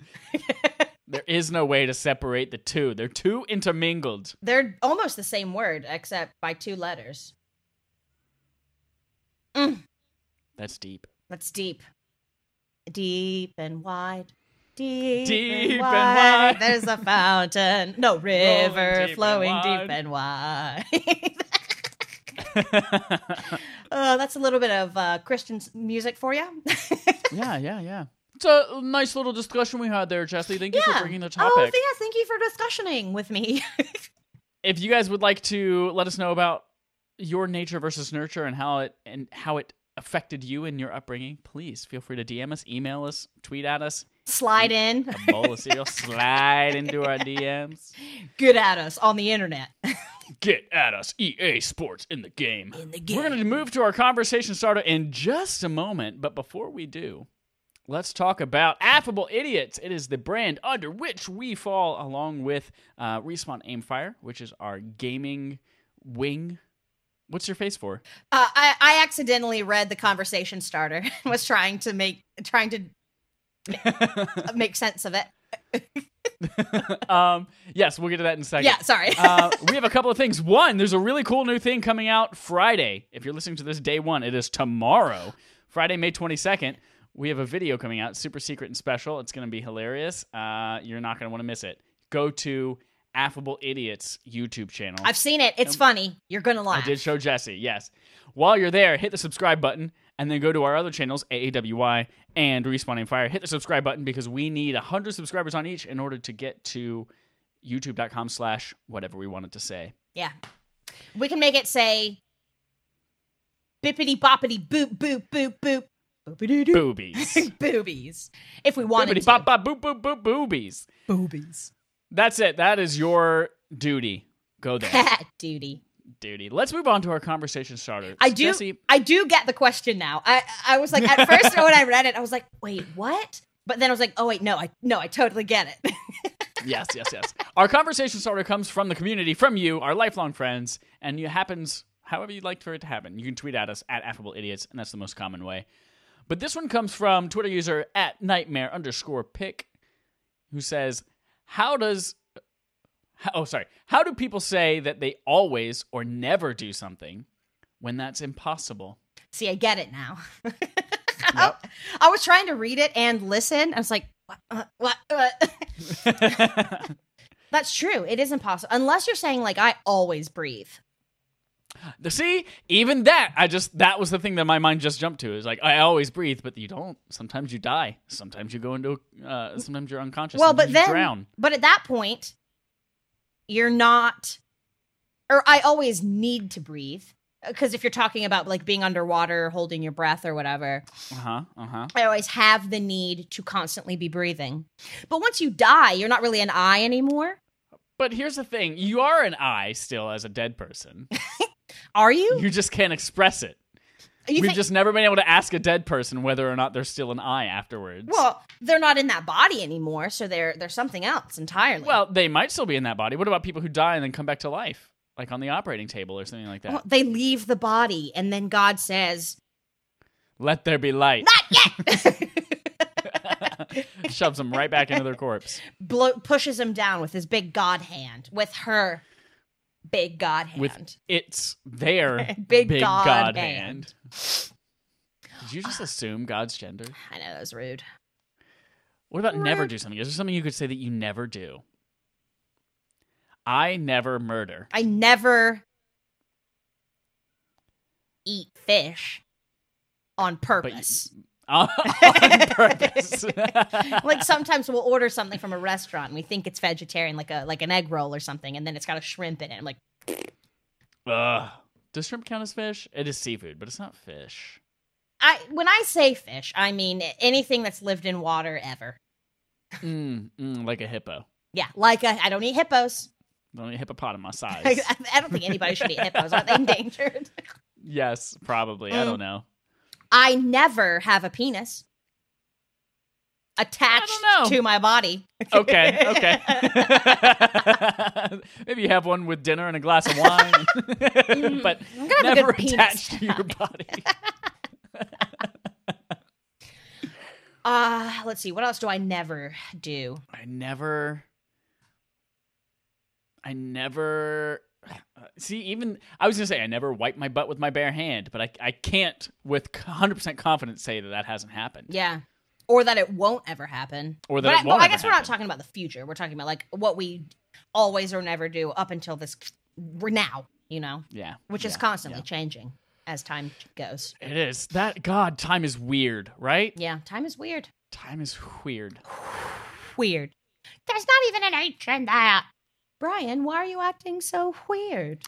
[SPEAKER 2] There is no way to separate the two. They're too intermingled.
[SPEAKER 1] They're almost the same word except by two letters.
[SPEAKER 2] That's deep.
[SPEAKER 1] That's deep. Deep and wide. Deep,
[SPEAKER 2] Deep
[SPEAKER 1] and,
[SPEAKER 2] and
[SPEAKER 1] wide.
[SPEAKER 2] wide.
[SPEAKER 1] There's a fountain. No
[SPEAKER 2] *laughs*
[SPEAKER 1] river
[SPEAKER 2] deep and
[SPEAKER 1] flowing
[SPEAKER 2] wide.
[SPEAKER 1] deep and
[SPEAKER 2] *laughs*
[SPEAKER 1] wide. oh, that's a little bit of uh, Christian s- music for you.
[SPEAKER 2] yeah, yeah, yeah. It's a nice little discussion we had there, Chesley. Thank
[SPEAKER 1] *laughs*
[SPEAKER 2] you for bringing the topic.
[SPEAKER 1] Oh, yes. Thank you for discussioning with me. *laughs*
[SPEAKER 2] if you guys would like to let us know about your nature versus nurture and how it and how it affected you in your upbringing, please feel free to DM us, email us, tweet at us,
[SPEAKER 1] Slide in.
[SPEAKER 2] a bowl of cereal, *laughs* slide into our DMs.
[SPEAKER 1] Good at us on the internet.
[SPEAKER 2] Get at us, EA Sports in the game.
[SPEAKER 1] In the
[SPEAKER 2] We're going to move to our conversation starter in just a moment, but before we do, let's talk about Affable Idiots. It is the brand under which we fall, along with uh, Respawn Aimfire, which is our gaming wing. What's your face for?
[SPEAKER 1] Uh, I, I accidentally read the conversation starter *laughs* and was trying to make trying
[SPEAKER 2] *laughs*
[SPEAKER 1] to make sense of it.
[SPEAKER 2] um, yes, we'll get to that in a second.
[SPEAKER 1] Yeah, sorry.
[SPEAKER 2] uh, we have a couple of things. One, there's a really cool new thing coming out Friday. If you're listening to this day one, it is tomorrow, Friday, May 22nd. We have a video coming out, super secret and special. It's going to be hilarious. Uh, you're not going to want to miss it. Go to Affable Idiots YouTube channel.
[SPEAKER 1] *laughs* I've seen it. It's funny. You're gonna
[SPEAKER 2] um, I
[SPEAKER 1] laugh.
[SPEAKER 2] did show Jesse, yes. While you're there, hit the subscribe button and then go to our other channels, AAWY and Respawning Fire. Hit the subscribe button because we need 100 subscribers on each in order to get to youtube.com slash whatever we wanted to say.
[SPEAKER 1] Yeah, we can make it say bippity boppity boop boop boop boop boopity doop
[SPEAKER 2] boobies.
[SPEAKER 1] boobies if we *laughs* wanted
[SPEAKER 2] Bibbidi
[SPEAKER 1] to.
[SPEAKER 2] bop bop boop boop boop boobies.
[SPEAKER 1] boobies. *laughs*
[SPEAKER 2] That's it. That is your duty.
[SPEAKER 1] *laughs*
[SPEAKER 2] Go there,
[SPEAKER 1] Duty.
[SPEAKER 2] duty. Let's move on to our conversation starter.
[SPEAKER 1] I do.
[SPEAKER 2] Jesse,
[SPEAKER 1] I do get the question now. I I was like at
[SPEAKER 2] *laughs*
[SPEAKER 1] first when I read it, I was like, wait, what? But then I was like, oh wait, no, I no, I totally get it. *laughs*
[SPEAKER 2] yes, yes, yes. Our conversation starter comes from the community, from you, our lifelong friends, and it happens however you'd like for it to happen. You can tweet at us at affable idiots, and that's the most common way. But this one comes from Twitter user at nightmare underscore pick, who says, "How does?" how- Oh, sorry. How do people say that they always or never do something when that's impossible?
[SPEAKER 1] See, I get it now. *laughs* I was trying to read it and listen. I was like, what? Uh, what? Uh.
[SPEAKER 2] *laughs*
[SPEAKER 1] That's true. It is impossible. Unless you're saying, like, I always breathe.
[SPEAKER 2] The- See, even that, I just that was the thing that my mind just jumped to. Is like I always breathe, but you don't. Sometimes you die. Sometimes you go into. Uh, sometimes you're unconscious.
[SPEAKER 1] well, but
[SPEAKER 2] sometimes
[SPEAKER 1] then,
[SPEAKER 2] you drown.
[SPEAKER 1] but at that point, you're not, or I always need to breathe. Because if you're talking about like being underwater, holding your breath or whatever,
[SPEAKER 2] Uh huh. Uh huh.
[SPEAKER 1] I always have the need to constantly be breathing. But once you die, you're not really an I anymore.
[SPEAKER 2] But here's the thing: you are an I still as a dead
[SPEAKER 1] *laughs*
[SPEAKER 2] person.
[SPEAKER 1] Are you?
[SPEAKER 2] You just can't express it.
[SPEAKER 1] You
[SPEAKER 2] We've
[SPEAKER 1] think-
[SPEAKER 2] just never been able to ask a dead person whether or not they're still an I afterwards.
[SPEAKER 1] well, they're not in that body anymore, so they're they're something else entirely.
[SPEAKER 2] Well, they might still be in that body. What about people who die and then come back to life, like on the operating table or something like that?
[SPEAKER 1] Well, they leave the body, and then God says,
[SPEAKER 2] Let there be light.
[SPEAKER 1] "Not
[SPEAKER 2] *laughs*
[SPEAKER 1] yet."
[SPEAKER 2] Shoves them right back into their corpse
[SPEAKER 1] Blow, pushes him down with his big God hand, with her big God hand.
[SPEAKER 2] with it's their
[SPEAKER 1] *laughs* Big
[SPEAKER 2] god,
[SPEAKER 1] God Ah.
[SPEAKER 2] hand. Did you just assume God's gender?
[SPEAKER 1] I know that was rude.
[SPEAKER 2] What about never
[SPEAKER 1] Rude.
[SPEAKER 2] do something? Is there something you could say that you never do? I never murder. *laughs*
[SPEAKER 1] I never eat fish on purpose.
[SPEAKER 2] on purpose.
[SPEAKER 1] *laughs* like sometimes we'll order something from a restaurant and we think it's vegetarian, like a like an egg roll or something, and then it's got a shrimp in it. I'm like,
[SPEAKER 2] Ugh. Does shrimp count as fish? It is seafood, but it's not fish.
[SPEAKER 1] I when I say fish, I mean anything that's lived in water ever.
[SPEAKER 2] Mm, mm, like a hippo.
[SPEAKER 1] Yeah, like a, I don't eat hippos. *laughs*
[SPEAKER 2] Only hippopotamus size.
[SPEAKER 1] I, I don't think anybody should eat hippos.
[SPEAKER 2] *laughs*
[SPEAKER 1] Aren't they endangered?
[SPEAKER 2] yes, probably. I
[SPEAKER 1] Mm.
[SPEAKER 2] don't know.
[SPEAKER 1] I never have a penis attached
[SPEAKER 2] know.
[SPEAKER 1] to my body.
[SPEAKER 2] Okay, okay. *laughs* Maybe you have one with dinner and a glass of
[SPEAKER 1] *laughs*
[SPEAKER 2] wine, *laughs* but
[SPEAKER 1] Mm, I'm gonna have a
[SPEAKER 2] never
[SPEAKER 1] good penis
[SPEAKER 2] attached to your body.
[SPEAKER 1] *laughs* Uh, let's see. What else do I never do?
[SPEAKER 2] I never. I never. *sighs* See, even I was gonna say I never wipe my butt with my bare hand, but I I can't with 100 percent confidence say that that hasn't happened.
[SPEAKER 1] Yeah. Or that it won't ever happen.
[SPEAKER 2] Or that
[SPEAKER 1] But I,
[SPEAKER 2] it won't
[SPEAKER 1] well, I
[SPEAKER 2] ever
[SPEAKER 1] guess we're not
[SPEAKER 2] happen.
[SPEAKER 1] talking about the future. We're talking about like what we always or never do up until this we're now, you know,
[SPEAKER 2] Yeah,
[SPEAKER 1] which is
[SPEAKER 2] yeah,
[SPEAKER 1] constantly changing as time goes.
[SPEAKER 2] yeah. It is that God. Time is weird, right?
[SPEAKER 1] Yeah, time is weird.
[SPEAKER 2] Time is weird.
[SPEAKER 1] Weird. There's not even an H in that. Brian, why are you acting so weird?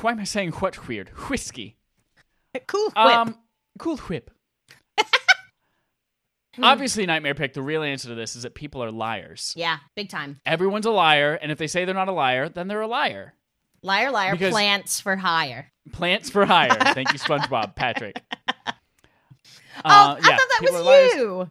[SPEAKER 2] Why am I saying what weird? Whiskey.
[SPEAKER 1] Cool whip.
[SPEAKER 2] Um, cool whip. *laughs* Obviously, Nightmare Pick, the real answer to this is that people are liars.
[SPEAKER 1] yeah, big time.
[SPEAKER 2] Everyone's a liar, and if they say they're not a liar, then they're a liar.
[SPEAKER 1] Liar, liar,
[SPEAKER 2] Because-
[SPEAKER 1] plants for hire.
[SPEAKER 2] Plants for hire. Thank
[SPEAKER 1] *laughs*
[SPEAKER 2] you, SpongeBob, Patrick.
[SPEAKER 1] Oh,
[SPEAKER 2] Uh,
[SPEAKER 1] I
[SPEAKER 2] yeah,
[SPEAKER 1] thought that
[SPEAKER 2] people are
[SPEAKER 1] was
[SPEAKER 2] liars.
[SPEAKER 1] you.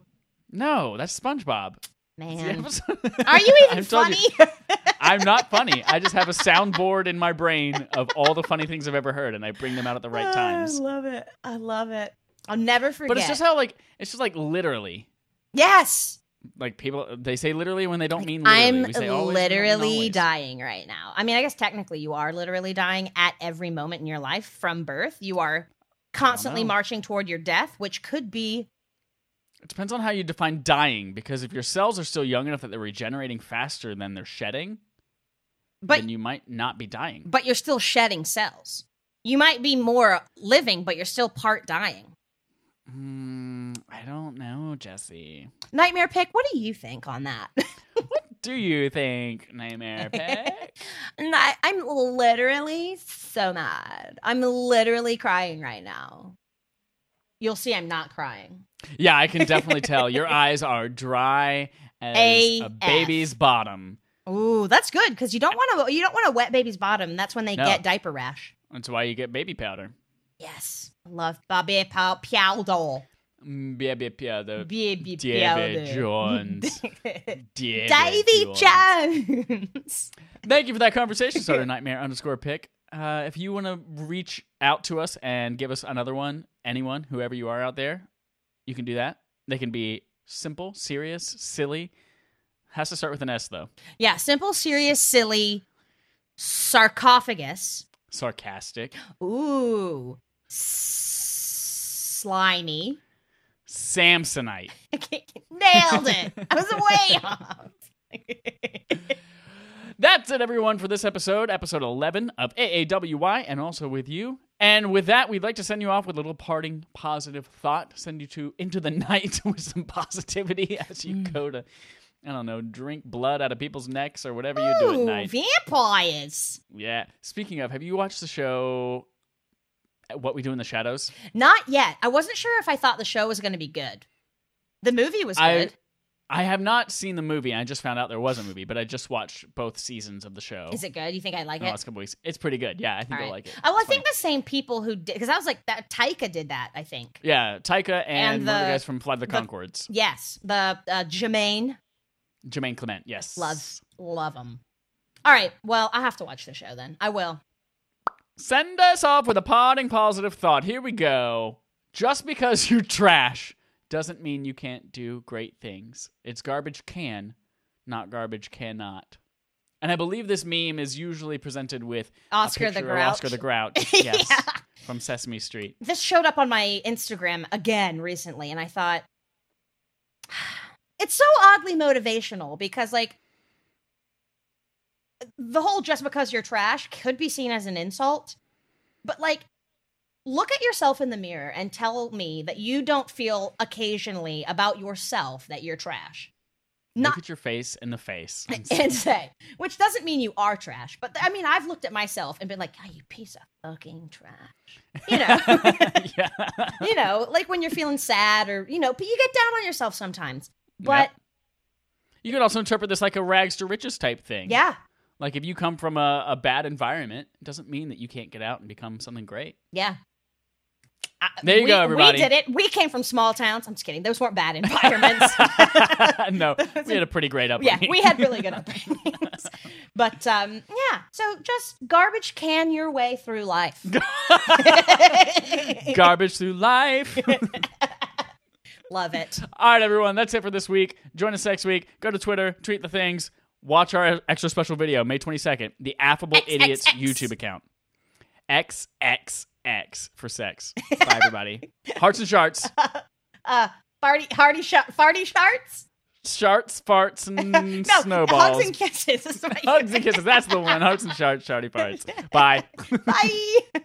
[SPEAKER 2] No, that's SpongeBob. It's the
[SPEAKER 1] Man.
[SPEAKER 2] episode-
[SPEAKER 1] Are you even
[SPEAKER 2] I've told
[SPEAKER 1] funny?
[SPEAKER 2] you, *laughs*
[SPEAKER 1] *laughs*
[SPEAKER 2] I'm not funny. I just have a soundboard in my brain of all the funny things I've ever heard, and I bring them out at the right
[SPEAKER 1] *laughs*
[SPEAKER 2] times.
[SPEAKER 1] I love it. I love it. I'll never forget.
[SPEAKER 2] But it's just how like it's just like literally.
[SPEAKER 1] yes,
[SPEAKER 2] Like people, they say literally when they don't mean literally.
[SPEAKER 1] I'm
[SPEAKER 2] We say always when we don't mean
[SPEAKER 1] literally
[SPEAKER 2] always.
[SPEAKER 1] dying right now. I mean, I guess technically you are literally dying at every moment in your life from birth. You are constantly
[SPEAKER 2] know.
[SPEAKER 1] marching toward your death, which could be
[SPEAKER 2] It depends on how you define dying, because if your cells are still young enough that they're regenerating faster than they're shedding,
[SPEAKER 1] but
[SPEAKER 2] then you might not be dying.
[SPEAKER 1] but you're still shedding cells. You might be more living, but you're still part dying.
[SPEAKER 2] Hmm, I don't know, Jesse.
[SPEAKER 1] Nightmare pick, what do you think on that? *laughs*
[SPEAKER 2] Do you think Nightmare Pick?
[SPEAKER 1] And I, I'm literally so mad. I'm literally crying right now. You'll see I'm not crying.
[SPEAKER 2] yeah, I can definitely
[SPEAKER 1] *laughs*
[SPEAKER 2] tell. Your eyes are dry as a,
[SPEAKER 1] AF.
[SPEAKER 2] baby's bottom.
[SPEAKER 1] Ooh, that's good because you don't want to you don't want to wet baby's bottom. That's when they
[SPEAKER 2] No.
[SPEAKER 1] get diaper rash.
[SPEAKER 2] That's why you get baby powder.
[SPEAKER 1] Yes. Love Bobby Pow Powder.
[SPEAKER 2] Mm, Baby powder.
[SPEAKER 1] Baby
[SPEAKER 2] David
[SPEAKER 1] powder. *laughs*
[SPEAKER 2] Jones. David
[SPEAKER 1] Davy
[SPEAKER 2] Jones.
[SPEAKER 1] Jones. *laughs*
[SPEAKER 2] Thank you for that conversation starter, nightmare underscore pick. Uh, if you want to reach out to us and give us another one, anyone, whoever you are out there, you can do that. They can be simple, serious, silly. Has to start with an S though.
[SPEAKER 1] yeah, simple, serious, silly sarcophagus.
[SPEAKER 2] Sarcastic,
[SPEAKER 1] Ooh. S- slimy. *laughs*
[SPEAKER 2] Samsonite.
[SPEAKER 1] Nailed it. I was way off.
[SPEAKER 2] That's it, everyone, for this episode, episode 11 of AAWY, and also with you. And with that, we'd like to send you off with a little parting positive thought, send you to into the *laughs* night with some positivity *laughs* as you
[SPEAKER 1] Mm.
[SPEAKER 2] go to, I don't know, drink blood out of people's necks or whatever you do at
[SPEAKER 1] Ooh,
[SPEAKER 2] night.
[SPEAKER 1] vampires.
[SPEAKER 2] Yeah. Speaking of, have you watched the show uh, What We Do in the Shadows?
[SPEAKER 1] Not yet. I wasn't sure if I thought the show was going to be good. The movie was
[SPEAKER 2] I-
[SPEAKER 1] good.
[SPEAKER 2] I have not seen the movie. I just found out there was a movie, but I just watched both seasons of the show
[SPEAKER 1] Is it good? You think I like
[SPEAKER 2] in the
[SPEAKER 1] it?
[SPEAKER 2] last couple weeks. Oh. It's pretty good. Yeah, I think
[SPEAKER 1] All
[SPEAKER 2] you'll
[SPEAKER 1] right.
[SPEAKER 2] like it.
[SPEAKER 1] Oh, well, I
[SPEAKER 2] It's funny.
[SPEAKER 1] think the same people who did because I was like that. Taika did that. I think.
[SPEAKER 2] Yeah, Taika and,
[SPEAKER 1] And
[SPEAKER 2] one of
[SPEAKER 1] the-
[SPEAKER 2] the guys from Flight of the
[SPEAKER 1] the-
[SPEAKER 2] Concords.
[SPEAKER 1] Yes, the uh, Jermaine
[SPEAKER 2] Jermaine Clement, yes.
[SPEAKER 1] love love him. All right. Well, I have to watch the show then. I will.
[SPEAKER 2] Send us off with a parting positive thought. Here we go. Just because *laughs* you trash doesn't mean you can't do great things. It's garbage can, not garbage cannot. And I believe this meme is usually presented with a
[SPEAKER 1] Oscar the
[SPEAKER 2] picture of
[SPEAKER 1] Grouch.
[SPEAKER 2] Oscar the
[SPEAKER 1] *laughs*
[SPEAKER 2] Grouch, yes,
[SPEAKER 1] Yeah.
[SPEAKER 2] from Sesame Street.
[SPEAKER 1] This showed up on my Instagram again recently, and I thought *sighs* it's so oddly motivational because like the whole just because you're trash could be seen as an insult, but like look at yourself in the mirror and tell me that you don't feel occasionally about yourself that you're trash. Not
[SPEAKER 2] Look at your face in
[SPEAKER 1] *laughs*
[SPEAKER 2] the face. *laughs*
[SPEAKER 1] and say, which doesn't mean you are trash, but th- I mean, I've looked at myself and been like, oh, you piece of fucking trash. You know,
[SPEAKER 2] yeah.
[SPEAKER 1] you know, like when you're feeling sad or, you know, but you get down on yourself sometimes. But
[SPEAKER 2] You could also interpret this like a rags to riches type thing.
[SPEAKER 1] yeah,
[SPEAKER 2] Like if you come from a, a bad environment, it doesn't mean that you can't get out and become something great.
[SPEAKER 1] yeah. I-
[SPEAKER 2] There you
[SPEAKER 1] Uh, we,
[SPEAKER 2] go, everybody.
[SPEAKER 1] We did it. We came from small towns. I'm just kidding. Those weren't bad environments.
[SPEAKER 2] *laughs*
[SPEAKER 1] *laughs*
[SPEAKER 2] *laughs* no, we had a pretty great
[SPEAKER 1] yeah,
[SPEAKER 2] upbringing.
[SPEAKER 1] we had really good upbringings. But um, yeah, so just garbage can your way through
[SPEAKER 2] *laughs*
[SPEAKER 1] life. *laughs*
[SPEAKER 2] garbage
[SPEAKER 1] *laughs*
[SPEAKER 2] through life. *laughs*
[SPEAKER 1] Love it.
[SPEAKER 2] All right, everyone, that's it for this week. Join us next week. Go to Twitter, tweet the things, watch our extra special video, May 22nd, the Affable
[SPEAKER 1] X, X,
[SPEAKER 2] Idiots
[SPEAKER 1] X.
[SPEAKER 2] YouTube account. XXX for sex. Bye,
[SPEAKER 1] *laughs*
[SPEAKER 2] everybody. Hearts and sharts.
[SPEAKER 1] Uh, Farty, Hardy, sh- Farty Sharts?
[SPEAKER 2] Sharts, farts, and
[SPEAKER 1] *laughs* No,
[SPEAKER 2] snowballs.
[SPEAKER 1] Hugs and
[SPEAKER 2] *laughs*
[SPEAKER 1] kisses. Is what you- *laughs*
[SPEAKER 2] Hugs and kisses. That's the one. Hugs and sharts, sharty farts. Bye.
[SPEAKER 1] Bye.